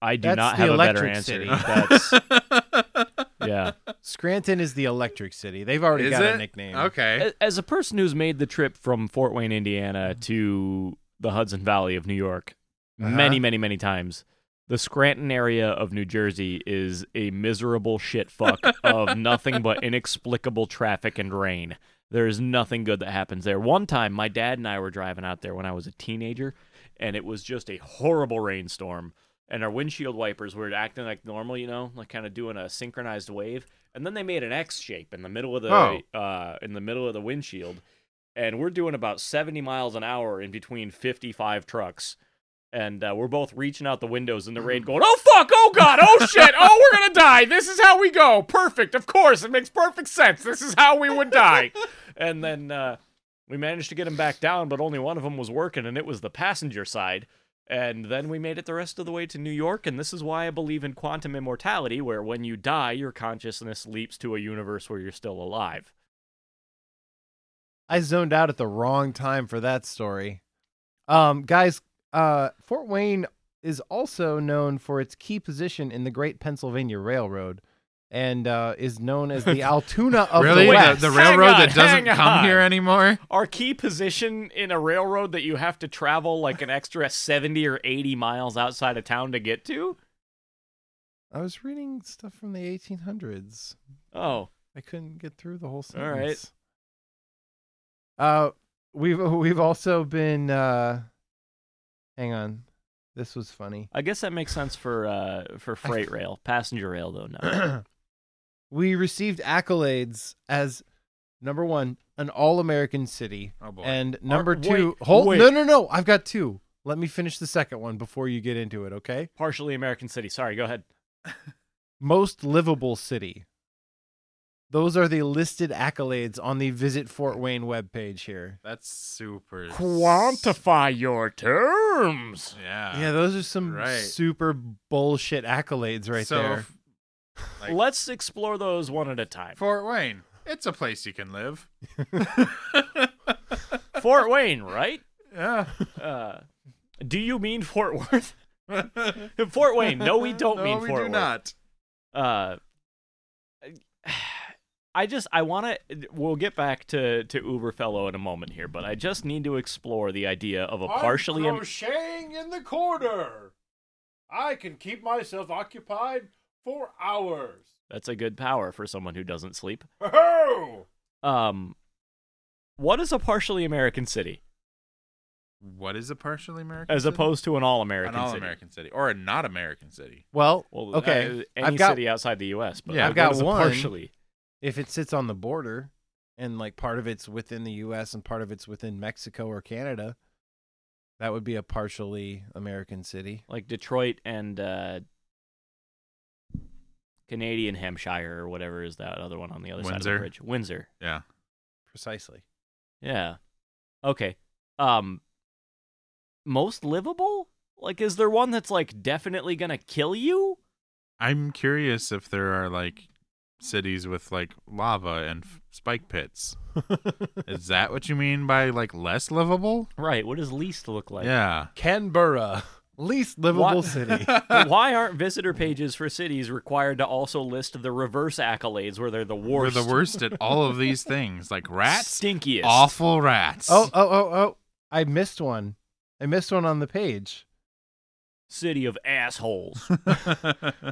[SPEAKER 2] I do
[SPEAKER 1] That's
[SPEAKER 2] not
[SPEAKER 1] the
[SPEAKER 2] have a better
[SPEAKER 1] electric
[SPEAKER 2] answer.
[SPEAKER 1] city.
[SPEAKER 2] That's yeah.
[SPEAKER 1] Scranton is the electric city. They've already
[SPEAKER 3] Is
[SPEAKER 1] got
[SPEAKER 3] it?
[SPEAKER 1] a nickname.
[SPEAKER 3] okay.
[SPEAKER 2] A- As a person who's made the trip from Fort Wayne, Indiana, to the Hudson Valley of New York
[SPEAKER 3] Uh-huh.
[SPEAKER 2] many, many, many times. The Scranton area of New Jersey is a miserable shit fuck of nothing but inexplicable traffic and rain. There is nothing good that happens there. One time, my dad and I were driving out there when I was a teenager, and it was just a horrible rainstorm. And our windshield wipers were acting like normal, you know, like kind of doing a synchronized wave. And then they made an X shape in the middle of the uh, in the middle of the windshield, and we're doing about seventy miles an hour in between fifty-five trucks and uh, we're both reaching out the windows in the rain, going, "Oh fuck! Oh god! Oh shit! Oh, we're gonna die! This is how we go! Perfect! Of course, it makes perfect sense. This is how we would die." and then uh, we managed to get him back down, but only one of them was working, and it was the passenger side. And then we made it the rest of the way to New York, and this is why I believe in quantum immortality, where when you die, your consciousness leaps to a universe where you're still alive.
[SPEAKER 1] I zoned out at the wrong time for that story. Um, guys, uh, Fort Wayne is also known for its key position in the Great Pennsylvania Railroad, and uh, is known as the Altoona of
[SPEAKER 3] really,
[SPEAKER 1] the West.
[SPEAKER 3] the,
[SPEAKER 5] Hang
[SPEAKER 3] railroad
[SPEAKER 5] on,
[SPEAKER 3] that doesn't
[SPEAKER 5] hang
[SPEAKER 3] come
[SPEAKER 5] on.
[SPEAKER 3] here anymore.
[SPEAKER 2] Our key position in a railroad that you have to travel like an extra 70 or 80 miles outside of town to get to?
[SPEAKER 1] I was reading stuff from the 1800s.
[SPEAKER 2] Oh,
[SPEAKER 1] I couldn't get through the whole
[SPEAKER 2] All right.
[SPEAKER 1] sentence. Uh, we've we've also been. Uh, hang on, this was funny.
[SPEAKER 2] I guess that makes sense for uh, for freight rail. Passenger rail though, no.
[SPEAKER 1] we received accolades as number one, an all-American city,
[SPEAKER 3] Oh boy.
[SPEAKER 1] and number
[SPEAKER 2] wait,
[SPEAKER 1] two. hold
[SPEAKER 2] wait.
[SPEAKER 1] no no no! I've got two. Let me finish the second one before you get into it. Okay,
[SPEAKER 2] Partially American city. Sorry, go ahead.
[SPEAKER 1] most livable city. Those are the listed accolades on the Visit Fort Wayne webpage here.
[SPEAKER 3] That's super.
[SPEAKER 5] your terms.
[SPEAKER 3] Yeah.
[SPEAKER 1] Yeah, those are some
[SPEAKER 3] Right.
[SPEAKER 1] super bullshit accolades right
[SPEAKER 3] so,
[SPEAKER 1] there.
[SPEAKER 3] f- Like-
[SPEAKER 2] Let's explore those one at a time.
[SPEAKER 3] Fort Wayne, it's a place you can live.
[SPEAKER 2] Fort Wayne, right?
[SPEAKER 3] yeah.
[SPEAKER 2] Uh, do you mean Fort Worth? Fort Wayne. No, we don't
[SPEAKER 3] no,
[SPEAKER 2] mean
[SPEAKER 3] we
[SPEAKER 2] Fort
[SPEAKER 3] do
[SPEAKER 2] Worth.
[SPEAKER 3] not.
[SPEAKER 2] uh I just I want to we'll get back to to Uber fellow in a moment here, but I just need to explore the idea
[SPEAKER 3] Oh,
[SPEAKER 2] of a partially
[SPEAKER 5] I'm crocheting in the corner. I can keep myself occupied for hours.
[SPEAKER 2] That's a good power for someone who doesn't sleep.
[SPEAKER 5] Oh!
[SPEAKER 2] Um what is a partially American city
[SPEAKER 3] What is a partially American?
[SPEAKER 2] as
[SPEAKER 3] city?
[SPEAKER 2] opposed to an all-American
[SPEAKER 3] an all
[SPEAKER 2] city?
[SPEAKER 3] American city or a not American city?
[SPEAKER 1] well,
[SPEAKER 2] Well,
[SPEAKER 1] okay.
[SPEAKER 2] uh, any
[SPEAKER 1] I've got-
[SPEAKER 2] city outside the US, but
[SPEAKER 3] Yeah,
[SPEAKER 2] what
[SPEAKER 3] I've
[SPEAKER 1] got
[SPEAKER 2] is a
[SPEAKER 1] one.
[SPEAKER 2] partially.
[SPEAKER 1] if it sits on the border and like part of it's within the US and part of it's within Mexico or Canada, that would be a partially American city.
[SPEAKER 2] like Detroit and uh Canadian Hampshire or whatever is that other one on the other side of the
[SPEAKER 3] Windsor.
[SPEAKER 2] bridge. Windsor.
[SPEAKER 3] Yeah.
[SPEAKER 1] Precisely.
[SPEAKER 2] Yeah. Okay. Um most livable? Like is there one that's like definitely going to kill you?
[SPEAKER 3] I'm curious if there are like cities with like lava and f- spike pits. is that what you mean by like less livable?
[SPEAKER 2] Right, what does least look like?
[SPEAKER 3] yeah.
[SPEAKER 1] Canberra, least livable
[SPEAKER 2] What?
[SPEAKER 1] city.
[SPEAKER 2] But why aren't visitor pages for cities required to also list the reverse accolades where they're the worst?
[SPEAKER 3] We're the worst at all of these things, like rats,
[SPEAKER 2] stinkiest.
[SPEAKER 3] awful rats.
[SPEAKER 1] oh, oh, oh, oh. I missed one. I missed one on the page.
[SPEAKER 2] City of assholes.
[SPEAKER 1] No,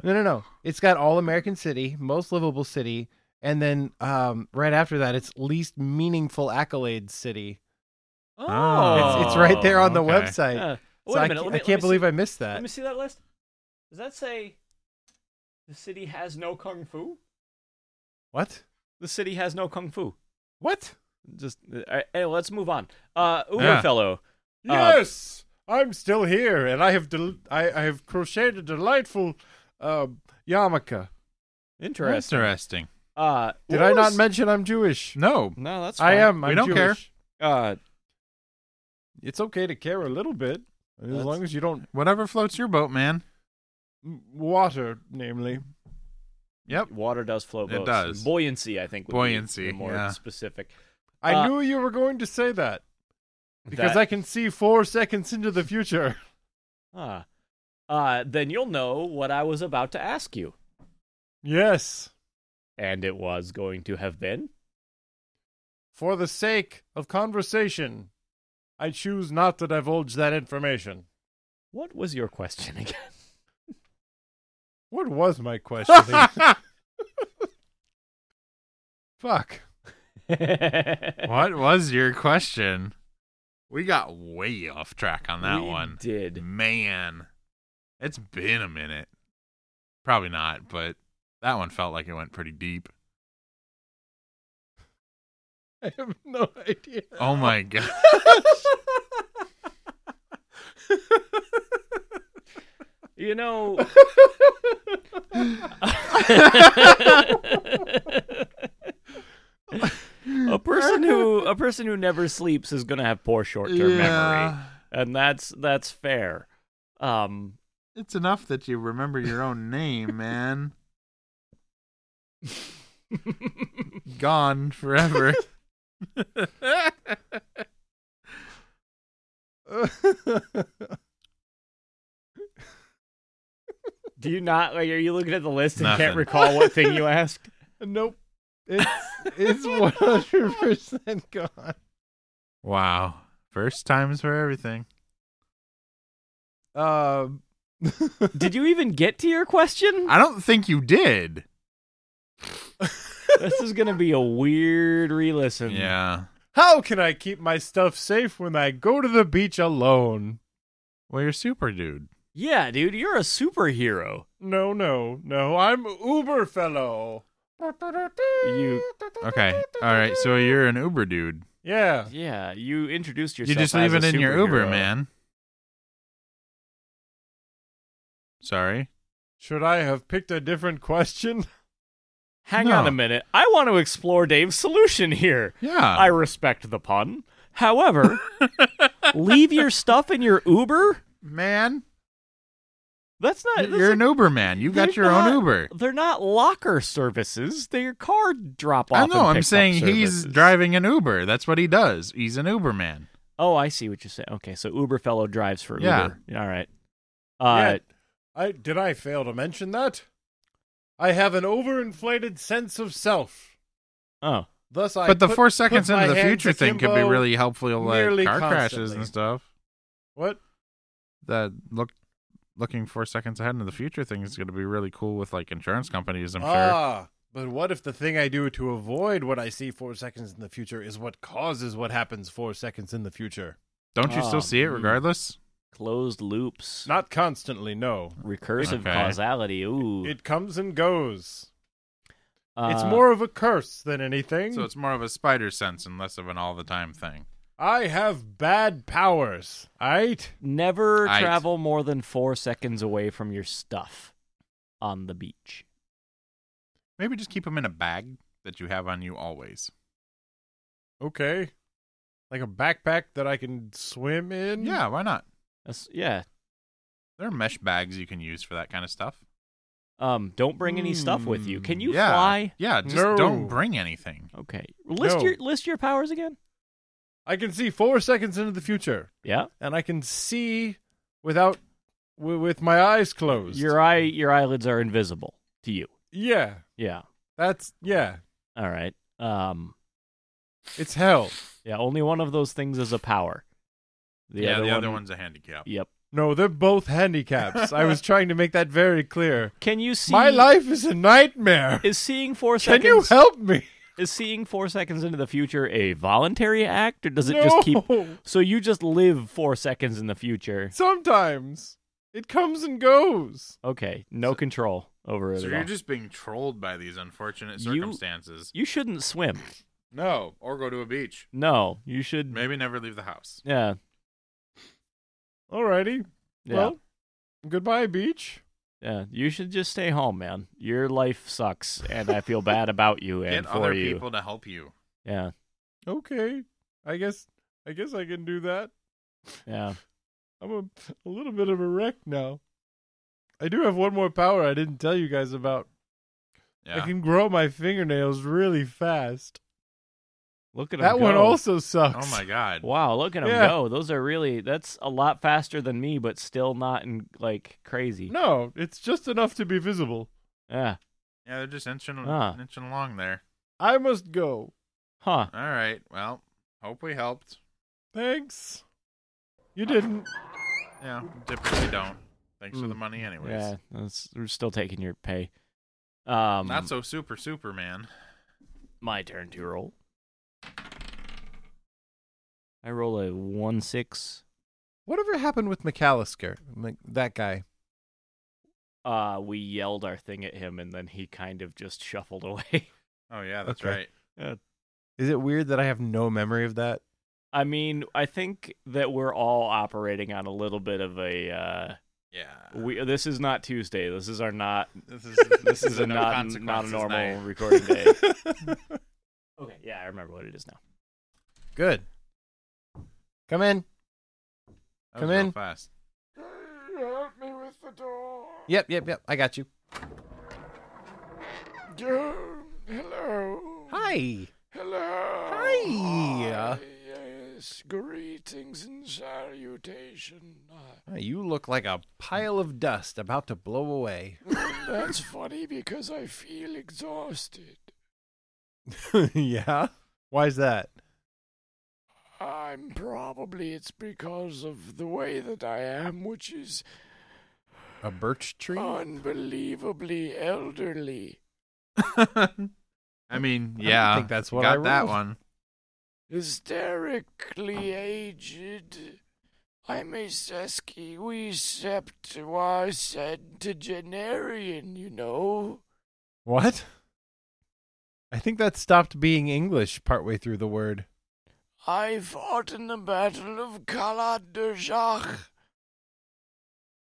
[SPEAKER 1] no, no. It's got all American city, most livable city, and then um, right after that, it's least meaningful accolades city. It's, it's right there on the
[SPEAKER 3] Oh, okay.
[SPEAKER 1] website.
[SPEAKER 2] Yeah.
[SPEAKER 1] So
[SPEAKER 2] Wait a
[SPEAKER 1] I,
[SPEAKER 2] minute.
[SPEAKER 1] ca-
[SPEAKER 2] let
[SPEAKER 1] I
[SPEAKER 2] me, let
[SPEAKER 1] can't
[SPEAKER 2] me see-
[SPEAKER 1] believe I missed
[SPEAKER 2] Let
[SPEAKER 1] that.
[SPEAKER 2] me see that list. Does that say the city has no kung fu?
[SPEAKER 1] What?
[SPEAKER 2] The city has no kung fu.
[SPEAKER 1] What?
[SPEAKER 2] just uh, hey, let's move on. Uh, Uber
[SPEAKER 3] Yeah.
[SPEAKER 2] fellow, Uh,
[SPEAKER 5] Yes, I'm still here, and I have del- I, I have crocheted a delightful uh, yarmulke.
[SPEAKER 2] interesting.
[SPEAKER 3] Interesting.
[SPEAKER 2] Uh,
[SPEAKER 1] Did
[SPEAKER 2] what
[SPEAKER 1] I not
[SPEAKER 2] was-
[SPEAKER 1] mention I'm Jewish?
[SPEAKER 3] No.
[SPEAKER 2] No, that's
[SPEAKER 5] I
[SPEAKER 2] fine.
[SPEAKER 5] am.
[SPEAKER 3] We
[SPEAKER 5] I'm
[SPEAKER 3] don't care.
[SPEAKER 5] Jewish.
[SPEAKER 2] Uh,
[SPEAKER 5] It's okay to care a little bit, as
[SPEAKER 2] That's-
[SPEAKER 5] long as you don't
[SPEAKER 3] Whatever floats your boat, man.
[SPEAKER 5] m- water, namely.
[SPEAKER 3] Yep.
[SPEAKER 2] water does float.
[SPEAKER 3] It
[SPEAKER 2] boats.
[SPEAKER 3] does.
[SPEAKER 2] Buoyancy, I think. Would be
[SPEAKER 3] Buoyancy,
[SPEAKER 2] the more
[SPEAKER 3] yeah.
[SPEAKER 2] specific.
[SPEAKER 5] I
[SPEAKER 2] Uh,
[SPEAKER 5] knew you were going to say that because
[SPEAKER 2] That-
[SPEAKER 5] I can see four seconds into the future.
[SPEAKER 2] Ah. Uh, then you'll know what I was about to ask you,
[SPEAKER 5] Yes,
[SPEAKER 2] and it was going to have been.
[SPEAKER 5] for the sake of conversation, I choose not to divulge that information.
[SPEAKER 2] What was your question again?
[SPEAKER 5] What was my question? Fuck.
[SPEAKER 3] What was your question? We got way off track on that
[SPEAKER 2] We
[SPEAKER 3] one.
[SPEAKER 2] did.
[SPEAKER 3] Man, it's been a minute. Probably not, but that one felt like it went pretty deep.
[SPEAKER 5] I have no idea.
[SPEAKER 3] Oh my god.
[SPEAKER 2] You know. a person who a person who never sleeps is going to have poor short-term memory, and that's that's fair. Um,
[SPEAKER 3] It's enough that you remember your own name, man. Gone forever.
[SPEAKER 2] Do you not like? Are you looking at the list and can't
[SPEAKER 3] Nothing.
[SPEAKER 2] recall what thing you asked?
[SPEAKER 1] nope. It's it's one hundred percent gone.
[SPEAKER 3] wow. First times for everything.
[SPEAKER 1] Um,
[SPEAKER 2] Did you even get to your question?
[SPEAKER 3] I don't think you did.
[SPEAKER 2] this is gonna be a weird re-listen.
[SPEAKER 3] Yeah.
[SPEAKER 5] How can I keep my stuff safe when I go to the beach alone?
[SPEAKER 3] Well, you're super dude.
[SPEAKER 2] yeah, dude, you're a superhero.
[SPEAKER 5] No, no, no. I'm Uber fellow.
[SPEAKER 2] You,
[SPEAKER 3] Okay. All right. So you're an Uber dude.
[SPEAKER 5] Yeah.
[SPEAKER 2] yeah, you introduced yourself.
[SPEAKER 3] You just leave
[SPEAKER 2] as
[SPEAKER 3] it
[SPEAKER 2] a
[SPEAKER 3] in your Uber,
[SPEAKER 2] superhero.
[SPEAKER 3] man. Sorry.
[SPEAKER 5] Should I have picked a different question?
[SPEAKER 2] Hang
[SPEAKER 3] No.
[SPEAKER 2] on a minute. I want to explore Dave's solution here. I
[SPEAKER 3] Yeah.
[SPEAKER 2] respect the pun. However, leave your stuff in your Uber?
[SPEAKER 3] man,
[SPEAKER 2] That's not. that's
[SPEAKER 3] you're an Uber man. You've got
[SPEAKER 2] they're
[SPEAKER 3] your own
[SPEAKER 2] not-
[SPEAKER 3] Uber.
[SPEAKER 2] They're not locker services. They're car drop off.
[SPEAKER 3] I know. I'm saying he's driving an Uber. That's what he does. He's an Uber man.
[SPEAKER 2] Oh, I see what you're saying. Okay, so Uber fellow drives for
[SPEAKER 3] Yeah.
[SPEAKER 2] Uber. All right. Uh,
[SPEAKER 5] I did I fail to mention that? I have an overinflated sense of self.
[SPEAKER 2] Oh,
[SPEAKER 5] Thus, I
[SPEAKER 3] but the
[SPEAKER 5] put-
[SPEAKER 3] four seconds
[SPEAKER 5] put my
[SPEAKER 3] into the
[SPEAKER 5] hands
[SPEAKER 3] future thing could be
[SPEAKER 5] akimbo.
[SPEAKER 3] really helpful,
[SPEAKER 5] nearly
[SPEAKER 3] like car crashes
[SPEAKER 5] constantly.
[SPEAKER 3] and stuff.
[SPEAKER 5] What?
[SPEAKER 3] That look, looking four seconds ahead into the future thing is going to be really cool with like insurance companies. I'm sure.
[SPEAKER 5] Ah, but what if the thing I do to avoid what I see four seconds in the future is what causes what happens four seconds in the future?
[SPEAKER 3] Don't you
[SPEAKER 2] Ah,
[SPEAKER 3] still see it
[SPEAKER 2] mm.
[SPEAKER 3] regardless?
[SPEAKER 2] closed loops,
[SPEAKER 5] Not constantly, no.
[SPEAKER 2] recursive
[SPEAKER 3] Okay.
[SPEAKER 2] causality. Ooh,
[SPEAKER 5] It comes and goes. it's
[SPEAKER 2] Uh,
[SPEAKER 5] more of a curse than anything.
[SPEAKER 3] So it's more of a spider sense and less of an all the time thing.
[SPEAKER 5] I have bad powers. Right?
[SPEAKER 2] Never
[SPEAKER 3] Aight.
[SPEAKER 2] travel more than four seconds away from your stuff on the beach.
[SPEAKER 3] Maybe just keep them in a bag that you have on you always.
[SPEAKER 5] Okay. Like a backpack that I can swim in?
[SPEAKER 3] Yeah, why not?
[SPEAKER 2] That's, yeah.
[SPEAKER 3] There are mesh bags you can use for that kind of stuff. Hmm.
[SPEAKER 2] Um, don't bring any stuff with you. Can you
[SPEAKER 3] yeah.
[SPEAKER 2] fly?
[SPEAKER 3] Yeah, just
[SPEAKER 5] No.
[SPEAKER 3] don't bring anything.
[SPEAKER 2] Okay. List
[SPEAKER 5] No.
[SPEAKER 2] your list your powers again.
[SPEAKER 5] I can see four seconds into the future,
[SPEAKER 2] Yeah.
[SPEAKER 5] and I can see without w- with my eyes closed.
[SPEAKER 2] Your eye your eyelids are invisible to you.
[SPEAKER 5] yeah,
[SPEAKER 2] Yeah.
[SPEAKER 5] that's yeah.
[SPEAKER 2] All right. Um
[SPEAKER 5] It's hell.
[SPEAKER 2] yeah, only one of those things is a power. The
[SPEAKER 3] yeah,
[SPEAKER 2] other
[SPEAKER 3] the
[SPEAKER 2] one,
[SPEAKER 3] other one's a handicap.
[SPEAKER 2] Yep.
[SPEAKER 5] No, they're both handicaps. I was trying to make that very clear.
[SPEAKER 2] Can you see
[SPEAKER 5] My life is a nightmare.
[SPEAKER 2] is seeing 4
[SPEAKER 5] Can
[SPEAKER 2] seconds
[SPEAKER 5] you help me?
[SPEAKER 2] is seeing 4 seconds into the future a voluntary act or does it
[SPEAKER 5] no.
[SPEAKER 2] just keep so you just live 4 seconds in the future?
[SPEAKER 5] Sometimes it comes and goes.
[SPEAKER 2] Okay, no control over it
[SPEAKER 3] So
[SPEAKER 2] at
[SPEAKER 3] you're
[SPEAKER 2] all.
[SPEAKER 3] just being trolled by these unfortunate
[SPEAKER 2] You-
[SPEAKER 3] circumstances.
[SPEAKER 2] You shouldn't swim.
[SPEAKER 3] No, or go to a beach.
[SPEAKER 2] No, you should
[SPEAKER 3] Maybe never leave the house.
[SPEAKER 2] yeah.
[SPEAKER 5] Alrighty.
[SPEAKER 2] Yeah.
[SPEAKER 5] Well, goodbye, beach.
[SPEAKER 2] yeah, you should just stay home, man. Your life sucks, and I feel bad about you
[SPEAKER 3] Get
[SPEAKER 2] and for
[SPEAKER 3] other
[SPEAKER 2] you.
[SPEAKER 3] people to help you.
[SPEAKER 2] Yeah,
[SPEAKER 5] Okay. I guess. I guess I can do that.
[SPEAKER 2] yeah.
[SPEAKER 5] I'm a, a little bit of a wreck now. I do have one more power I didn't tell you guys about.
[SPEAKER 3] Yeah.
[SPEAKER 5] I can grow my fingernails really fast.
[SPEAKER 2] Look at him
[SPEAKER 5] that
[SPEAKER 2] go.
[SPEAKER 5] one also sucks.
[SPEAKER 3] Oh my god.
[SPEAKER 2] Wow, look at him
[SPEAKER 5] Yeah.
[SPEAKER 2] go. Those are really. That's a lot faster than me, but still not in like crazy.
[SPEAKER 5] No, it's just enough to be visible.
[SPEAKER 2] Yeah.
[SPEAKER 3] Yeah, they're just inching,
[SPEAKER 2] Ah.
[SPEAKER 3] inching along there.
[SPEAKER 5] I must go.
[SPEAKER 2] Huh.
[SPEAKER 3] All right. Well, hope we helped.
[SPEAKER 5] Thanks. You didn't.
[SPEAKER 3] Yeah, typically don't. Thanks
[SPEAKER 1] Mm,
[SPEAKER 3] for the money, anyways.
[SPEAKER 2] Yeah. That's, we're still taking your pay. Um.
[SPEAKER 3] Not so super, Superman.
[SPEAKER 2] my turn to roll. I roll a one six.
[SPEAKER 1] Whatever happened with McAllister? Like that guy.
[SPEAKER 2] Uh, we yelled our thing at him, and then he kind of just shuffled away.
[SPEAKER 3] Oh yeah, that's
[SPEAKER 1] Okay.
[SPEAKER 3] right.
[SPEAKER 1] Is it weird that I have no memory of that?
[SPEAKER 2] I mean, I think that we're all operating on a little bit of a. Uh,
[SPEAKER 3] Yeah.
[SPEAKER 2] we this is not Tuesday. This is our not
[SPEAKER 3] This is
[SPEAKER 2] this is a not, not a
[SPEAKER 3] consequences
[SPEAKER 2] normal
[SPEAKER 3] night.
[SPEAKER 2] recording day. okay, yeah, I remember what it is now.
[SPEAKER 1] Good. Come in.
[SPEAKER 3] That was
[SPEAKER 1] Come
[SPEAKER 3] real
[SPEAKER 1] in.
[SPEAKER 3] fast.
[SPEAKER 5] Help me with the door.
[SPEAKER 1] Yep, yep, yep. I got you.
[SPEAKER 5] Hello.
[SPEAKER 1] Hi.
[SPEAKER 5] Hello.
[SPEAKER 1] Hi. Hey.
[SPEAKER 6] Ah, yes, greetings and salutation. Ah,
[SPEAKER 1] Uh, You look like a pile of dust about to blow away.
[SPEAKER 6] That's funny because I feel exhausted.
[SPEAKER 1] yeah? Why's that?
[SPEAKER 6] I'm probably it's because of the way that I am, which is
[SPEAKER 1] A birch tree?
[SPEAKER 6] unbelievably elderly.
[SPEAKER 3] I mean,
[SPEAKER 1] don't
[SPEAKER 3] yeah,
[SPEAKER 1] think that's what
[SPEAKER 3] got
[SPEAKER 1] I
[SPEAKER 3] that
[SPEAKER 1] rolled.
[SPEAKER 3] one.
[SPEAKER 6] Hysterically aged. I'm a sesquicentenarian, septuagenarian, you know.
[SPEAKER 1] What? I think that stopped being English partway through the word.
[SPEAKER 6] I fought in the Battle of Calat de Jacques.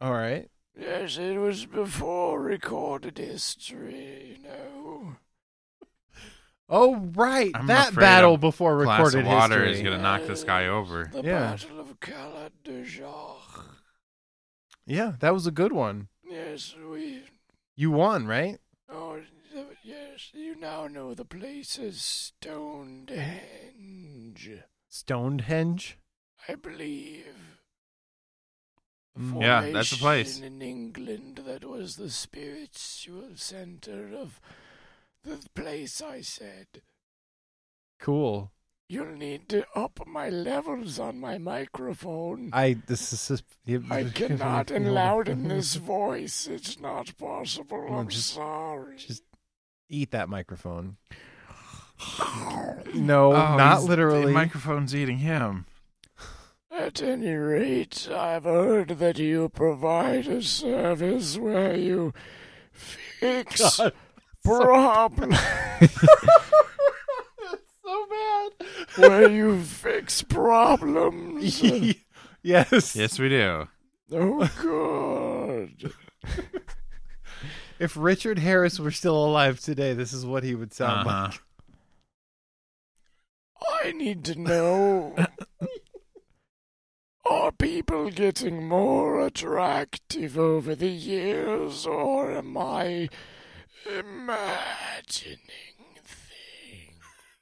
[SPEAKER 1] All right.
[SPEAKER 6] Yes, it was before recorded history, you know.
[SPEAKER 1] Oh, right.
[SPEAKER 3] I'm
[SPEAKER 1] that
[SPEAKER 3] afraid
[SPEAKER 1] battle
[SPEAKER 3] a
[SPEAKER 1] before
[SPEAKER 3] Glass
[SPEAKER 1] recorded
[SPEAKER 3] of water
[SPEAKER 1] history.
[SPEAKER 3] is gonna knock this guy over.
[SPEAKER 6] The
[SPEAKER 1] Yeah.
[SPEAKER 6] Battle of Calat de Jacques.
[SPEAKER 1] Yeah, that was a good one.
[SPEAKER 6] Yes, we.
[SPEAKER 1] You won, right?
[SPEAKER 6] Oh, th- yes, you now know the place as Stonehenge,
[SPEAKER 1] Stonehenge?
[SPEAKER 6] I believe.
[SPEAKER 1] Mm.
[SPEAKER 3] Yeah, that's the place.
[SPEAKER 6] Formation In England, that was the spiritual center of the place I said.
[SPEAKER 1] Cool.
[SPEAKER 6] You'll need to up my levels on my microphone.
[SPEAKER 1] I this is sus-
[SPEAKER 6] I cannot enlouden this voice. It's not possible.
[SPEAKER 1] Well,
[SPEAKER 6] I'm
[SPEAKER 1] just-
[SPEAKER 6] sorry.
[SPEAKER 1] just- Eat that microphone. No, not
[SPEAKER 3] Oh, he's-
[SPEAKER 1] literally.
[SPEAKER 3] The microphone's eating him.
[SPEAKER 6] At any rate, I've heard that you provide a service where you fix problems.
[SPEAKER 1] so bad.
[SPEAKER 6] where you fix problems.
[SPEAKER 1] yes.
[SPEAKER 3] Yes, we do.
[SPEAKER 6] oh, good.
[SPEAKER 1] If Richard Harris were still alive today, this is what he would sound
[SPEAKER 3] Uh-huh.
[SPEAKER 1] like.
[SPEAKER 6] I need to know. Are people getting more attractive over the years, or am I imagining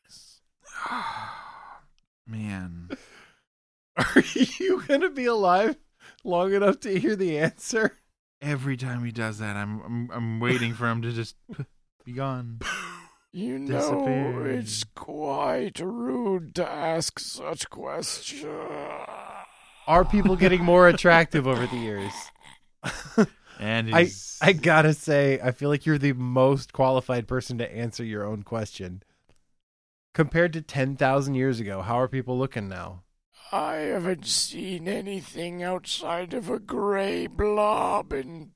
[SPEAKER 6] things?
[SPEAKER 3] Man,
[SPEAKER 1] Are you gonna be alive long enough to hear the answer?
[SPEAKER 3] every time he does that, I'm I'm, I'm waiting for him to just be gone.
[SPEAKER 6] You know,
[SPEAKER 3] Disappear.
[SPEAKER 6] it's quite rude to ask such questions.
[SPEAKER 1] Are people getting more attractive over the years?
[SPEAKER 3] And
[SPEAKER 1] I
[SPEAKER 3] he's-
[SPEAKER 1] I gotta say, I feel like you're the most qualified person to answer your own question. Compared to ten thousand years ago, how are people looking now?
[SPEAKER 6] I haven't seen anything outside of a gray blob in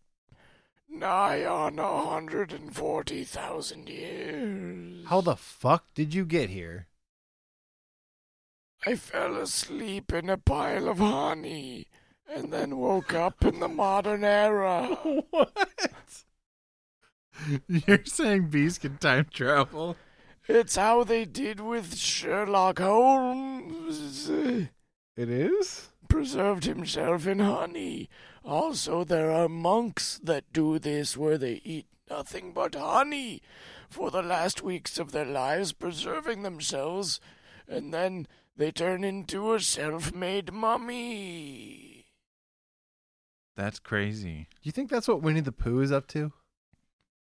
[SPEAKER 6] nigh on a hundred and forty thousand years.
[SPEAKER 1] How the fuck did you get here?
[SPEAKER 6] I fell asleep in a pile of honey, and then woke up in the modern era.
[SPEAKER 3] You're saying bees can time travel?
[SPEAKER 6] It's how they did with Sherlock Holmes.
[SPEAKER 1] It is?
[SPEAKER 6] preserved himself in honey. Also, there are monks that do this where they eat nothing but honey for the last weeks of their lives, preserving themselves, and then they turn into a self made mummy.
[SPEAKER 3] That's crazy.
[SPEAKER 1] You think that's what Winnie the Pooh is up to?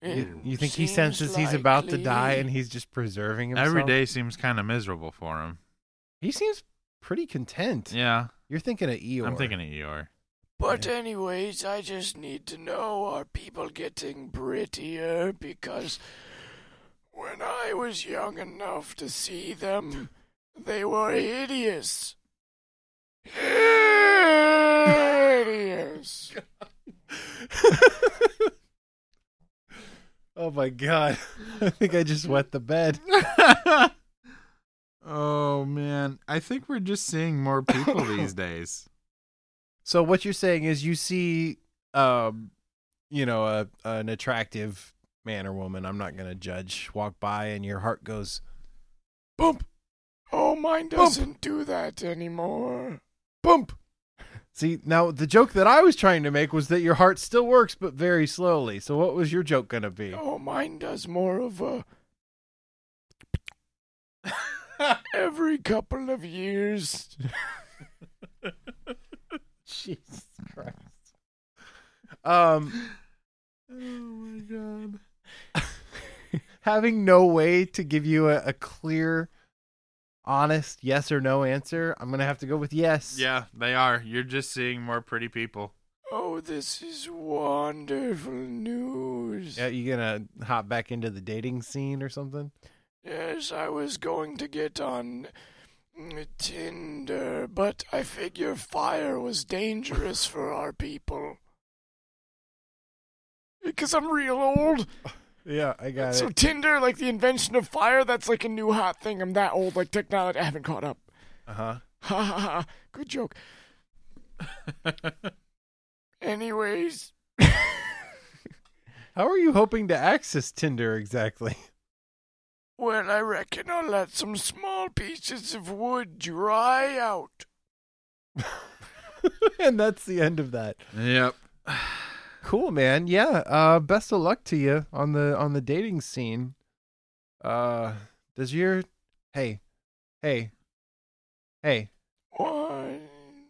[SPEAKER 1] You,
[SPEAKER 6] It
[SPEAKER 1] you think he
[SPEAKER 6] Mm. seems
[SPEAKER 1] senses he's about to die
[SPEAKER 6] likely.
[SPEAKER 1] and he's just preserving himself?
[SPEAKER 3] Every day seems kind of miserable for him.
[SPEAKER 1] He seems pretty content.
[SPEAKER 3] Yeah,
[SPEAKER 1] You're thinking of Eeyore.
[SPEAKER 3] I'm thinking of Eeyore.
[SPEAKER 6] But, anyways, I just need to know are people getting prettier? Because when I was young enough to see them, they were hideous. Hideous!
[SPEAKER 1] Oh my god. I think I just wet the bed.
[SPEAKER 3] oh man, I think we're just seeing more people these days.
[SPEAKER 1] So what you're saying is you see um you know a an attractive man or woman, I'm not going to judge, walk by and your heart goes
[SPEAKER 6] Bump! Oh, mine doesn't do that anymore.
[SPEAKER 1] bump. See, now the joke that I was trying to make was that your heart still works but very slowly. So what was your joke going to be?
[SPEAKER 6] Oh, mine does more of a. every couple of years.
[SPEAKER 1] Jesus Christ. Um,
[SPEAKER 3] Oh my god.
[SPEAKER 1] having no way to give you a, a clear, honest yes or no answer, I'm gonna have to go with yes.
[SPEAKER 3] Yeah, they are. You're just seeing more pretty people.
[SPEAKER 6] Oh, this is wonderful news.
[SPEAKER 1] Yeah, you gonna hop back into the dating scene or something?
[SPEAKER 6] Yes, I was going to get on mm, Tinder, but I figure fire was dangerous for our people. Because I'm real old.
[SPEAKER 1] Yeah, I got
[SPEAKER 6] So Tinder, like the invention of fire, that's like a new hot thing. I'm that old, like technology. I haven't caught up.
[SPEAKER 1] Uh huh.
[SPEAKER 6] Ha ha ha. Good joke. Anyways,
[SPEAKER 1] How are you hoping to access Tinder exactly?
[SPEAKER 6] well, I reckon I'll let some small pieces of wood dry out.
[SPEAKER 1] and that's the end of that.
[SPEAKER 3] yep.
[SPEAKER 1] Cool, man. Yeah. Uh, best of luck to you on the on the dating scene. Uh, does your hey, hey, hey,
[SPEAKER 6] One.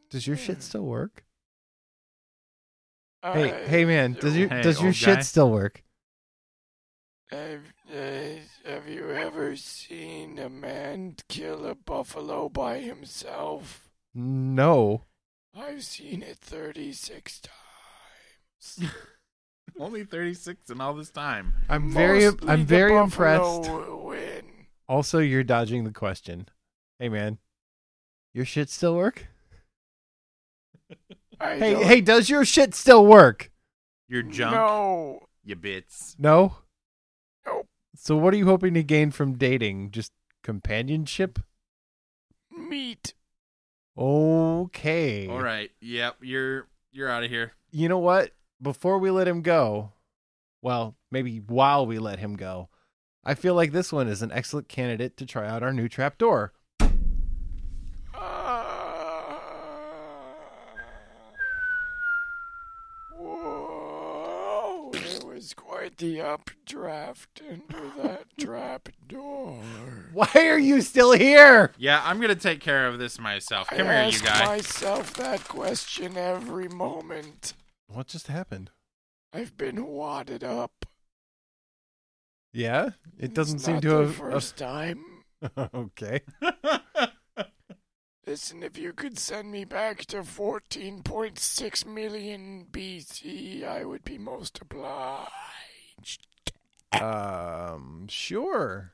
[SPEAKER 1] does your shit still work?
[SPEAKER 6] I,
[SPEAKER 1] Hey, hey, man, does your
[SPEAKER 3] Hey,
[SPEAKER 1] does your
[SPEAKER 3] old
[SPEAKER 1] shit
[SPEAKER 3] guy.
[SPEAKER 1] still work?
[SPEAKER 6] Have, uh, have you ever seen a man kill a buffalo by himself?
[SPEAKER 1] No.
[SPEAKER 6] I've seen it 36 times.
[SPEAKER 3] Only 36 and all this time.
[SPEAKER 1] I'm very
[SPEAKER 6] Mostly
[SPEAKER 1] I'm
[SPEAKER 6] the
[SPEAKER 1] very
[SPEAKER 6] buffalo
[SPEAKER 1] impressed.
[SPEAKER 6] Win.
[SPEAKER 1] Also, you're dodging the question. Hey, man, your shit still work?
[SPEAKER 6] I
[SPEAKER 1] Hey,
[SPEAKER 6] don't
[SPEAKER 1] hey, does your shit still work?
[SPEAKER 3] You're junk,
[SPEAKER 6] No.
[SPEAKER 3] you bits.
[SPEAKER 1] No.
[SPEAKER 6] Nope.
[SPEAKER 1] So, what are you hoping to gain from dating? Just companionship?
[SPEAKER 6] Meat.
[SPEAKER 1] Okay.
[SPEAKER 3] All right. Yep, you're you're out of here.
[SPEAKER 1] You know what? Before we let him go, well, maybe while we let him go, I feel like this one is an excellent candidate to try out our new trapdoor.
[SPEAKER 6] Ah. Whoa. It Oh, was quite the updraft into that trap door.
[SPEAKER 1] Why are you still here?
[SPEAKER 3] Yeah, I'm going to take care of this myself. Come
[SPEAKER 6] I
[SPEAKER 3] here, you
[SPEAKER 6] ask
[SPEAKER 3] guy.
[SPEAKER 6] myself that question every moment.
[SPEAKER 1] What just happened?
[SPEAKER 6] I've been wadded up.
[SPEAKER 1] Yeah, it doesn't
[SPEAKER 6] It's
[SPEAKER 1] seem
[SPEAKER 6] not
[SPEAKER 1] to
[SPEAKER 6] the
[SPEAKER 1] have.
[SPEAKER 6] First time.
[SPEAKER 1] okay.
[SPEAKER 6] Listen, if you could send me back to 14.6 million BC, I would be most obliged.
[SPEAKER 1] Um. Sure.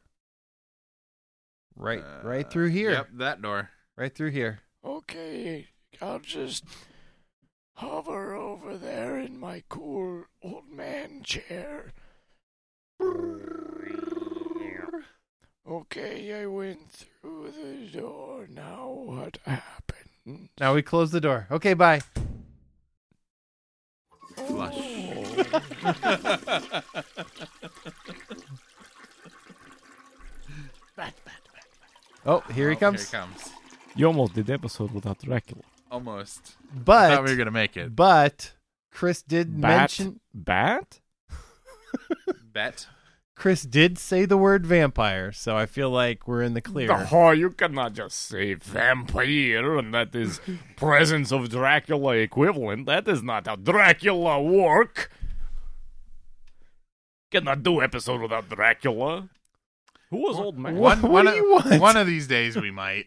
[SPEAKER 1] Right. right through here.
[SPEAKER 3] Yep, that door.
[SPEAKER 1] Right through here.
[SPEAKER 6] Okay, I'll just hover over there in my cool old man chair. Okay, I went through the door. Now what happened?
[SPEAKER 1] Now we close the door. Okay. Bye. Oh, here he
[SPEAKER 3] Oh,
[SPEAKER 1] comes.
[SPEAKER 3] Here he comes.
[SPEAKER 7] You almost did the episode without Dracula.
[SPEAKER 3] Almost. I
[SPEAKER 1] But
[SPEAKER 3] thought we were going to make it.
[SPEAKER 1] but Chris did
[SPEAKER 7] Bat?
[SPEAKER 1] mention
[SPEAKER 7] Bat?
[SPEAKER 3] Bet.
[SPEAKER 1] Chris did say the word vampire, so I feel like we're in the clear.
[SPEAKER 7] Oh, you cannot just say vampire and that is presence of Dracula equivalent. That is not how Dracula work. Cannot do episode without Dracula. Who was old man?
[SPEAKER 1] What- what do
[SPEAKER 3] of,
[SPEAKER 1] you want?
[SPEAKER 3] one of these days we might.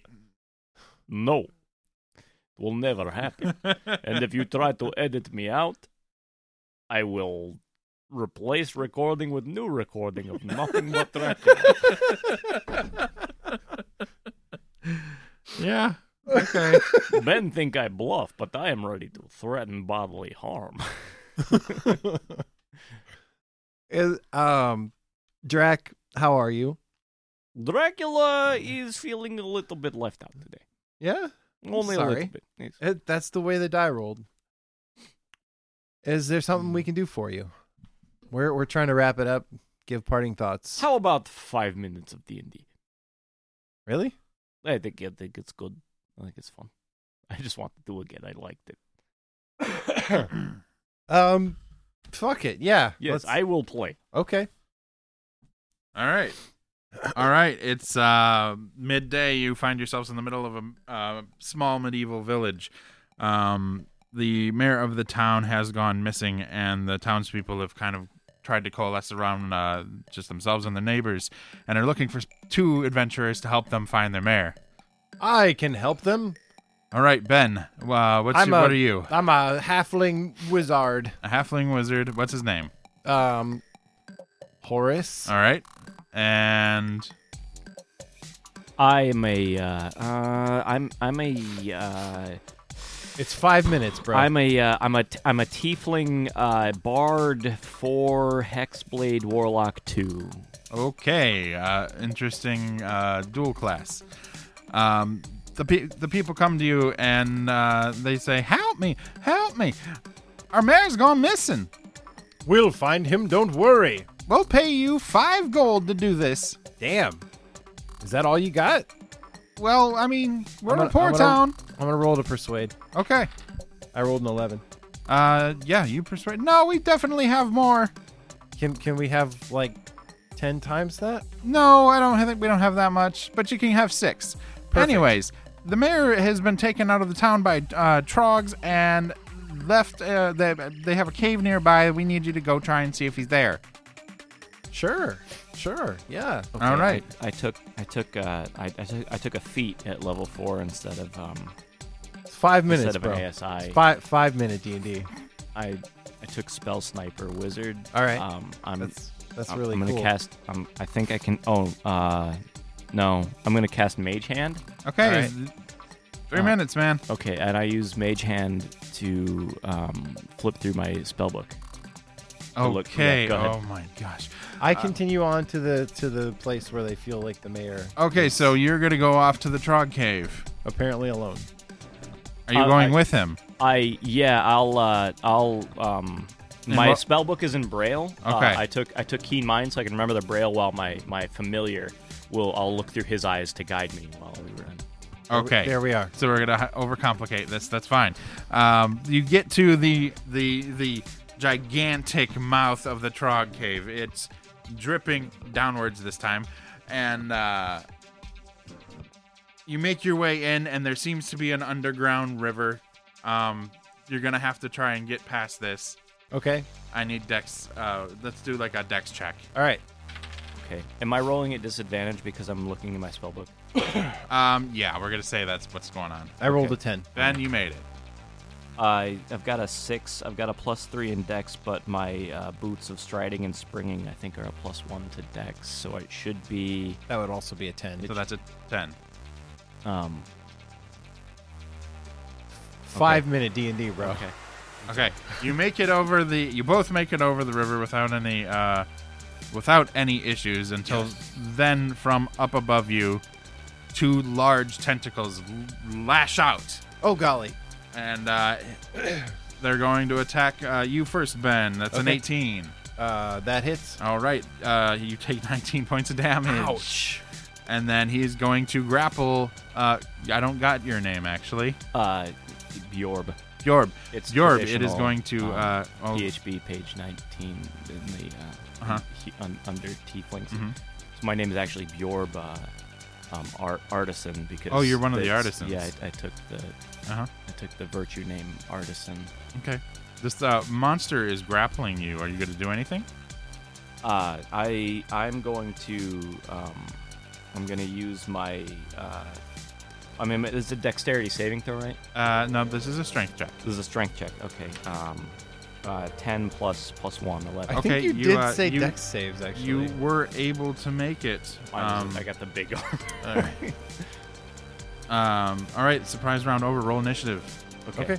[SPEAKER 7] No. It will never happen. and if you try to edit me out, I will replace recording with new recording of nothing but Dracula.
[SPEAKER 3] yeah. Okay.
[SPEAKER 7] Men think I bluff, but I am ready to threaten bodily harm.
[SPEAKER 1] Is, um, Drac, how are you?
[SPEAKER 7] Dracula is feeling a little bit left out today.
[SPEAKER 1] Yeah,
[SPEAKER 7] Only a
[SPEAKER 1] sorry.
[SPEAKER 7] little bit. Yes.
[SPEAKER 1] It- that's the way the die rolled. Is there something
[SPEAKER 7] Hmm.
[SPEAKER 1] we can do for you? We're we're trying to wrap it up. Give parting thoughts.
[SPEAKER 7] How about five minutes of D and D?
[SPEAKER 1] Really?
[SPEAKER 7] I think I think it's good. I think it's fun. I just want to do it again. I liked it.
[SPEAKER 1] Um, fuck it. Yeah.
[SPEAKER 7] Yes,
[SPEAKER 1] let's-
[SPEAKER 7] I will play.
[SPEAKER 1] Okay.
[SPEAKER 3] All right. All right, it's uh, midday. You find yourselves in the middle of a uh, small medieval village. Um, the mayor of the town has gone missing, and the townspeople have kind of tried to coalesce around uh, just themselves and their neighbors, and are looking for two adventurers to help them find their mayor.
[SPEAKER 1] I can help them.
[SPEAKER 3] All right, Ben, uh, what's
[SPEAKER 1] I'm
[SPEAKER 3] your,
[SPEAKER 1] a-
[SPEAKER 3] what are you?
[SPEAKER 1] I'm a halfling wizard.
[SPEAKER 3] A halfling wizard. What's his name?
[SPEAKER 1] Um, Horace.
[SPEAKER 3] All right, and
[SPEAKER 2] I am a. Uh, uh, I'm. I'm a. Uh,
[SPEAKER 1] It's five minutes, bro.
[SPEAKER 2] I'm a. Uh, I'm a. t- I'm a tiefling uh, bard for hexblade warlock two.
[SPEAKER 3] Okay, uh, interesting uh, dual class. Um, the pe- the people come to you and uh, they say, "Help me! Help me! Our mayor's gone missing.
[SPEAKER 5] We'll find him, don't worry.
[SPEAKER 3] We'll pay you five gold to do this."
[SPEAKER 1] Damn. Is that all you got?
[SPEAKER 3] Well, I mean, we're
[SPEAKER 1] I'm
[SPEAKER 3] in a poor
[SPEAKER 1] I'm
[SPEAKER 3] town.
[SPEAKER 1] I'm gonna roll to persuade.
[SPEAKER 3] Okay.
[SPEAKER 1] I rolled an eleven.
[SPEAKER 3] Uh, yeah, you persuade. No, we definitely have more.
[SPEAKER 1] Can can we have like ten times that?
[SPEAKER 3] No, I don't think we don't have that much, but you can have six. Anyways, the mayor has been taken out of the town by uh, Trogs and left. Uh, they, they have a cave nearby. We need you to go try and see if he's there.
[SPEAKER 1] Sure. Sure. Yeah.
[SPEAKER 3] All right.
[SPEAKER 2] I, I took. I took. Uh, I, I took. I took a feat at level four instead of. Um,
[SPEAKER 1] It's five minutes,
[SPEAKER 2] instead of
[SPEAKER 1] bro.
[SPEAKER 2] an ASI.
[SPEAKER 1] Five five minute D and D.
[SPEAKER 2] I. I took spell sniper wizard.
[SPEAKER 1] All right.
[SPEAKER 2] Um, I'm.
[SPEAKER 1] That's that's
[SPEAKER 2] I'm-
[SPEAKER 1] really
[SPEAKER 2] I'm gonna
[SPEAKER 1] cool.
[SPEAKER 2] cast. Um, I think I can. Oh. Uh, no. I'm gonna cast mage hand.
[SPEAKER 3] Okay.
[SPEAKER 1] All right.
[SPEAKER 3] Three
[SPEAKER 2] Uh,
[SPEAKER 3] minutes, man.
[SPEAKER 2] Okay, and I use Mage Hand to um, flip through my spellbook. look, yeah,
[SPEAKER 3] Okay.
[SPEAKER 2] go ahead.
[SPEAKER 3] oh my gosh. Uh,
[SPEAKER 1] I continue on to the to the place where they feel like the mayor
[SPEAKER 3] Okay, so you're gonna go off to the Trog cave.
[SPEAKER 1] apparently alone.
[SPEAKER 3] Are you
[SPEAKER 2] Uh,
[SPEAKER 3] going
[SPEAKER 2] I-
[SPEAKER 3] with him?
[SPEAKER 2] I yeah, I'll uh, I'll um,
[SPEAKER 3] And
[SPEAKER 2] my
[SPEAKER 3] what-
[SPEAKER 2] spellbook is in Braille. Uh,
[SPEAKER 3] Okay.
[SPEAKER 2] I took I took Keen Mind so I can remember the Braille while my my familiar will I'll look through his eyes to guide me while we run.
[SPEAKER 3] Okay.
[SPEAKER 1] There we are.
[SPEAKER 3] So we're gonna h- overcomplicate this. That's fine. Um, you get to the the the gigantic mouth of the Trog cave. It's dripping downwards this time, and uh, you make your way in. And there seems to be an underground river. Um, you're gonna have to try and get past this.
[SPEAKER 1] Okay.
[SPEAKER 3] I need Dex. Uh, let's do like a Dex check.
[SPEAKER 1] All right.
[SPEAKER 2] Okay. Am I rolling at disadvantage because I'm looking in my spellbook?
[SPEAKER 3] Um, yeah, we're gonna say that's what's going on.
[SPEAKER 1] I rolled a ten.
[SPEAKER 3] Ben, you made it.
[SPEAKER 2] I I've got a six. I've got a plus three in Dex, but my uh, boots of striding and springing I think are a plus one to Dex, so it should be
[SPEAKER 1] That would also be a ten.
[SPEAKER 3] So that's a ten.
[SPEAKER 2] um,
[SPEAKER 1] Five minute D and D, bro.
[SPEAKER 2] okay.
[SPEAKER 3] Okay, you make it over the. You both make it over the river without any, uh, without any issues. Until then, from up above you, two large tentacles l- lash out,
[SPEAKER 1] Oh golly.
[SPEAKER 3] and uh, they're going to attack uh, you first, Ben. That's an
[SPEAKER 1] Okay.
[SPEAKER 3] eighteen.
[SPEAKER 1] Uh, that hits.
[SPEAKER 3] All right, uh, you take nineteen points of damage. Ouch. And then he's going to grapple. Uh, I don't got your name actually.
[SPEAKER 2] Uh, Bjorb.
[SPEAKER 3] Yorb.
[SPEAKER 2] It's
[SPEAKER 3] Yorb. It is
[SPEAKER 2] traditional,
[SPEAKER 3] going to.
[SPEAKER 2] um,
[SPEAKER 3] uh, oh,
[SPEAKER 2] PHB page 19 in the uh,
[SPEAKER 3] Uh-huh.
[SPEAKER 2] he- un- under tieflings.
[SPEAKER 3] Mhm.
[SPEAKER 2] So my name is actually Bjorb uh, um, art- artisan because
[SPEAKER 3] Oh, you're one of the
[SPEAKER 2] that's-
[SPEAKER 3] artisans.
[SPEAKER 2] Yeah, I, I took the
[SPEAKER 3] uh-huh.
[SPEAKER 2] I took the virtue name artisan.
[SPEAKER 3] Okay. This uh, monster is grappling you. Are you going to do anything?
[SPEAKER 2] Uh, I I'm going to um, I'm going to use my uh, I mean it's a dexterity saving throw, right?
[SPEAKER 3] Uh, no, this is a strength check.
[SPEAKER 2] This is a strength check. Okay. Um, uh, 10 plus plus 1, 11.
[SPEAKER 1] I
[SPEAKER 3] Okay,
[SPEAKER 1] think you,
[SPEAKER 3] you,
[SPEAKER 1] did
[SPEAKER 3] uh,
[SPEAKER 1] say
[SPEAKER 3] you-
[SPEAKER 1] dex saves actually.
[SPEAKER 3] You were able to make it.
[SPEAKER 2] Mine
[SPEAKER 3] Um,
[SPEAKER 2] was- I got the big arm.
[SPEAKER 3] all right. um, all right, surprise round over. Roll initiative.
[SPEAKER 2] okay.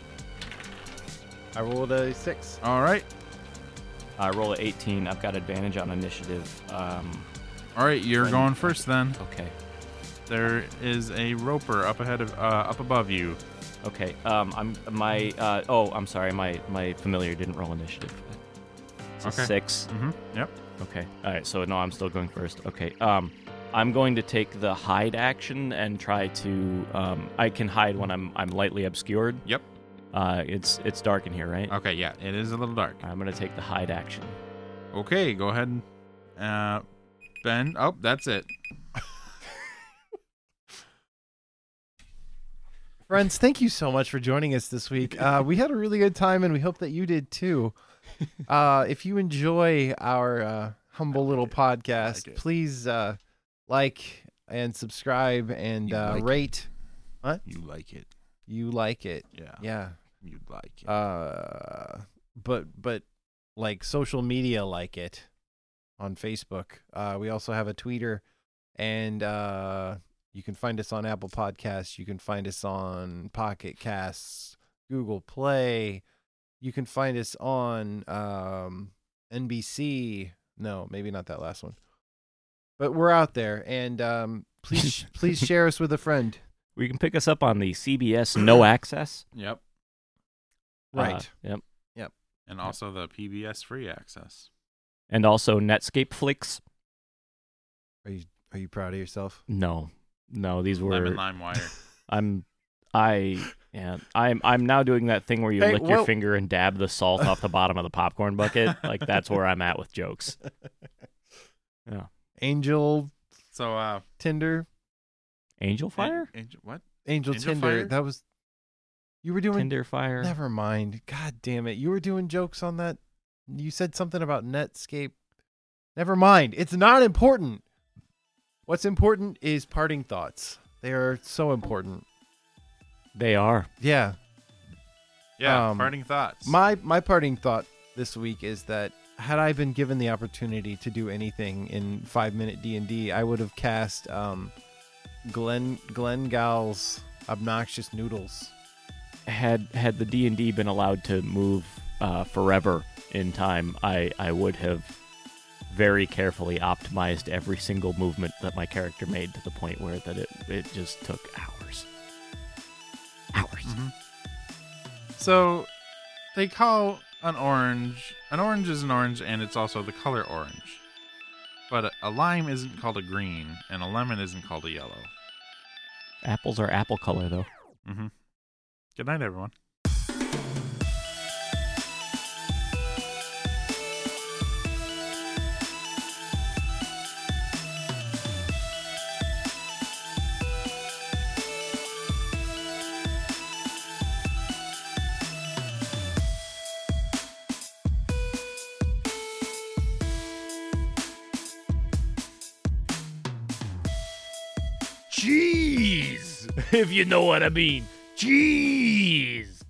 [SPEAKER 1] I rolled a six.
[SPEAKER 3] All right.
[SPEAKER 2] I roll a 18. I've got advantage on initiative. Um,
[SPEAKER 3] All right, you're
[SPEAKER 2] When-
[SPEAKER 3] going first then.
[SPEAKER 2] okay.
[SPEAKER 3] There is a roper up ahead of uh, up above you.
[SPEAKER 2] Okay. Um, I'm my. Uh, oh, I'm sorry. My my familiar didn't roll initiative. It's a
[SPEAKER 3] Okay.
[SPEAKER 2] six.
[SPEAKER 3] Mhm. Yep.
[SPEAKER 2] Okay. All right. So no, I'm still going first. Okay. Um, I'm going to take the hide action and try to. Um, I can hide when I'm I'm lightly obscured.
[SPEAKER 3] Yep.
[SPEAKER 2] Uh, it's it's dark in here, right?
[SPEAKER 3] Okay, yeah. It is a little dark.
[SPEAKER 2] I'm gonna take the hide action.
[SPEAKER 3] Okay, go ahead. and, Uh Ben, oh, that's it.
[SPEAKER 1] Friends, thank you so much for joining us this week. Uh, we had a really good time, and we hope that you did too. Uh, if you enjoy our uh, humble little podcast,
[SPEAKER 3] it.
[SPEAKER 1] please uh, like and subscribe and
[SPEAKER 3] You
[SPEAKER 1] uh,
[SPEAKER 3] like it.
[SPEAKER 1] rate.
[SPEAKER 3] You like it.
[SPEAKER 1] You like it,
[SPEAKER 3] Yeah.
[SPEAKER 1] yeah.
[SPEAKER 3] You like it.
[SPEAKER 1] Uh, but but like social media, like it on Facebook. Uh, we also have a Twitter, and uh, you can find us on Apple Podcasts. You can find us on Pocket Casts, Google Play. You can find us on um, NBC. No, maybe not that last one. But we're out there, and um, please please share us with a friend.
[SPEAKER 2] We can pick us up on the CBS No Access.
[SPEAKER 3] yep.
[SPEAKER 2] Uh,
[SPEAKER 1] Right.
[SPEAKER 2] yep.
[SPEAKER 3] And also the PBS free access.
[SPEAKER 2] And also Netscape Flicks.
[SPEAKER 1] Are you proud of yourself?
[SPEAKER 2] No, no, these were.
[SPEAKER 3] Lemon lime wire.
[SPEAKER 2] I'm, I, yeah, I'm, I'm now doing that thing where you
[SPEAKER 1] Hey,
[SPEAKER 2] lick
[SPEAKER 1] whoa.
[SPEAKER 2] your finger and dab the salt off the bottom of the popcorn bucket. Like that's where I'm at with jokes.
[SPEAKER 1] Angel
[SPEAKER 3] So uh
[SPEAKER 1] Tinder
[SPEAKER 2] Angel fire,
[SPEAKER 3] An- Angel, what?
[SPEAKER 1] Angel,
[SPEAKER 3] Angel
[SPEAKER 1] Tinder.
[SPEAKER 3] Fire?
[SPEAKER 1] That was you were doing.
[SPEAKER 2] Tinder fire.
[SPEAKER 1] Never mind. God damn it! You were doing jokes on that. You said something about Netscape. Never mind. It's not important. What's important is parting thoughts. They are so important.
[SPEAKER 2] They are.
[SPEAKER 1] Yeah.
[SPEAKER 3] Yeah,
[SPEAKER 1] Um,
[SPEAKER 3] parting thoughts.
[SPEAKER 1] My my parting thought this week is that had I been given the opportunity to do anything in five minute D and D, I would have cast um, Glenn Glenn Gal's obnoxious noodles.
[SPEAKER 2] Had had the D and D been allowed to move uh, forever in time, I I would have very carefully optimized every single movement that my character made to the point where that it it just took hours. Hours.
[SPEAKER 3] Mm-hmm. So they call an orange an orange is an orange and it's also the color orange. But a, a lime isn't called a green and a lemon isn't called a yellow.
[SPEAKER 2] Apples are apple color though.
[SPEAKER 3] Mm-hmm. Good night, everyone.
[SPEAKER 7] Jeez, if you know what I mean. Jeez.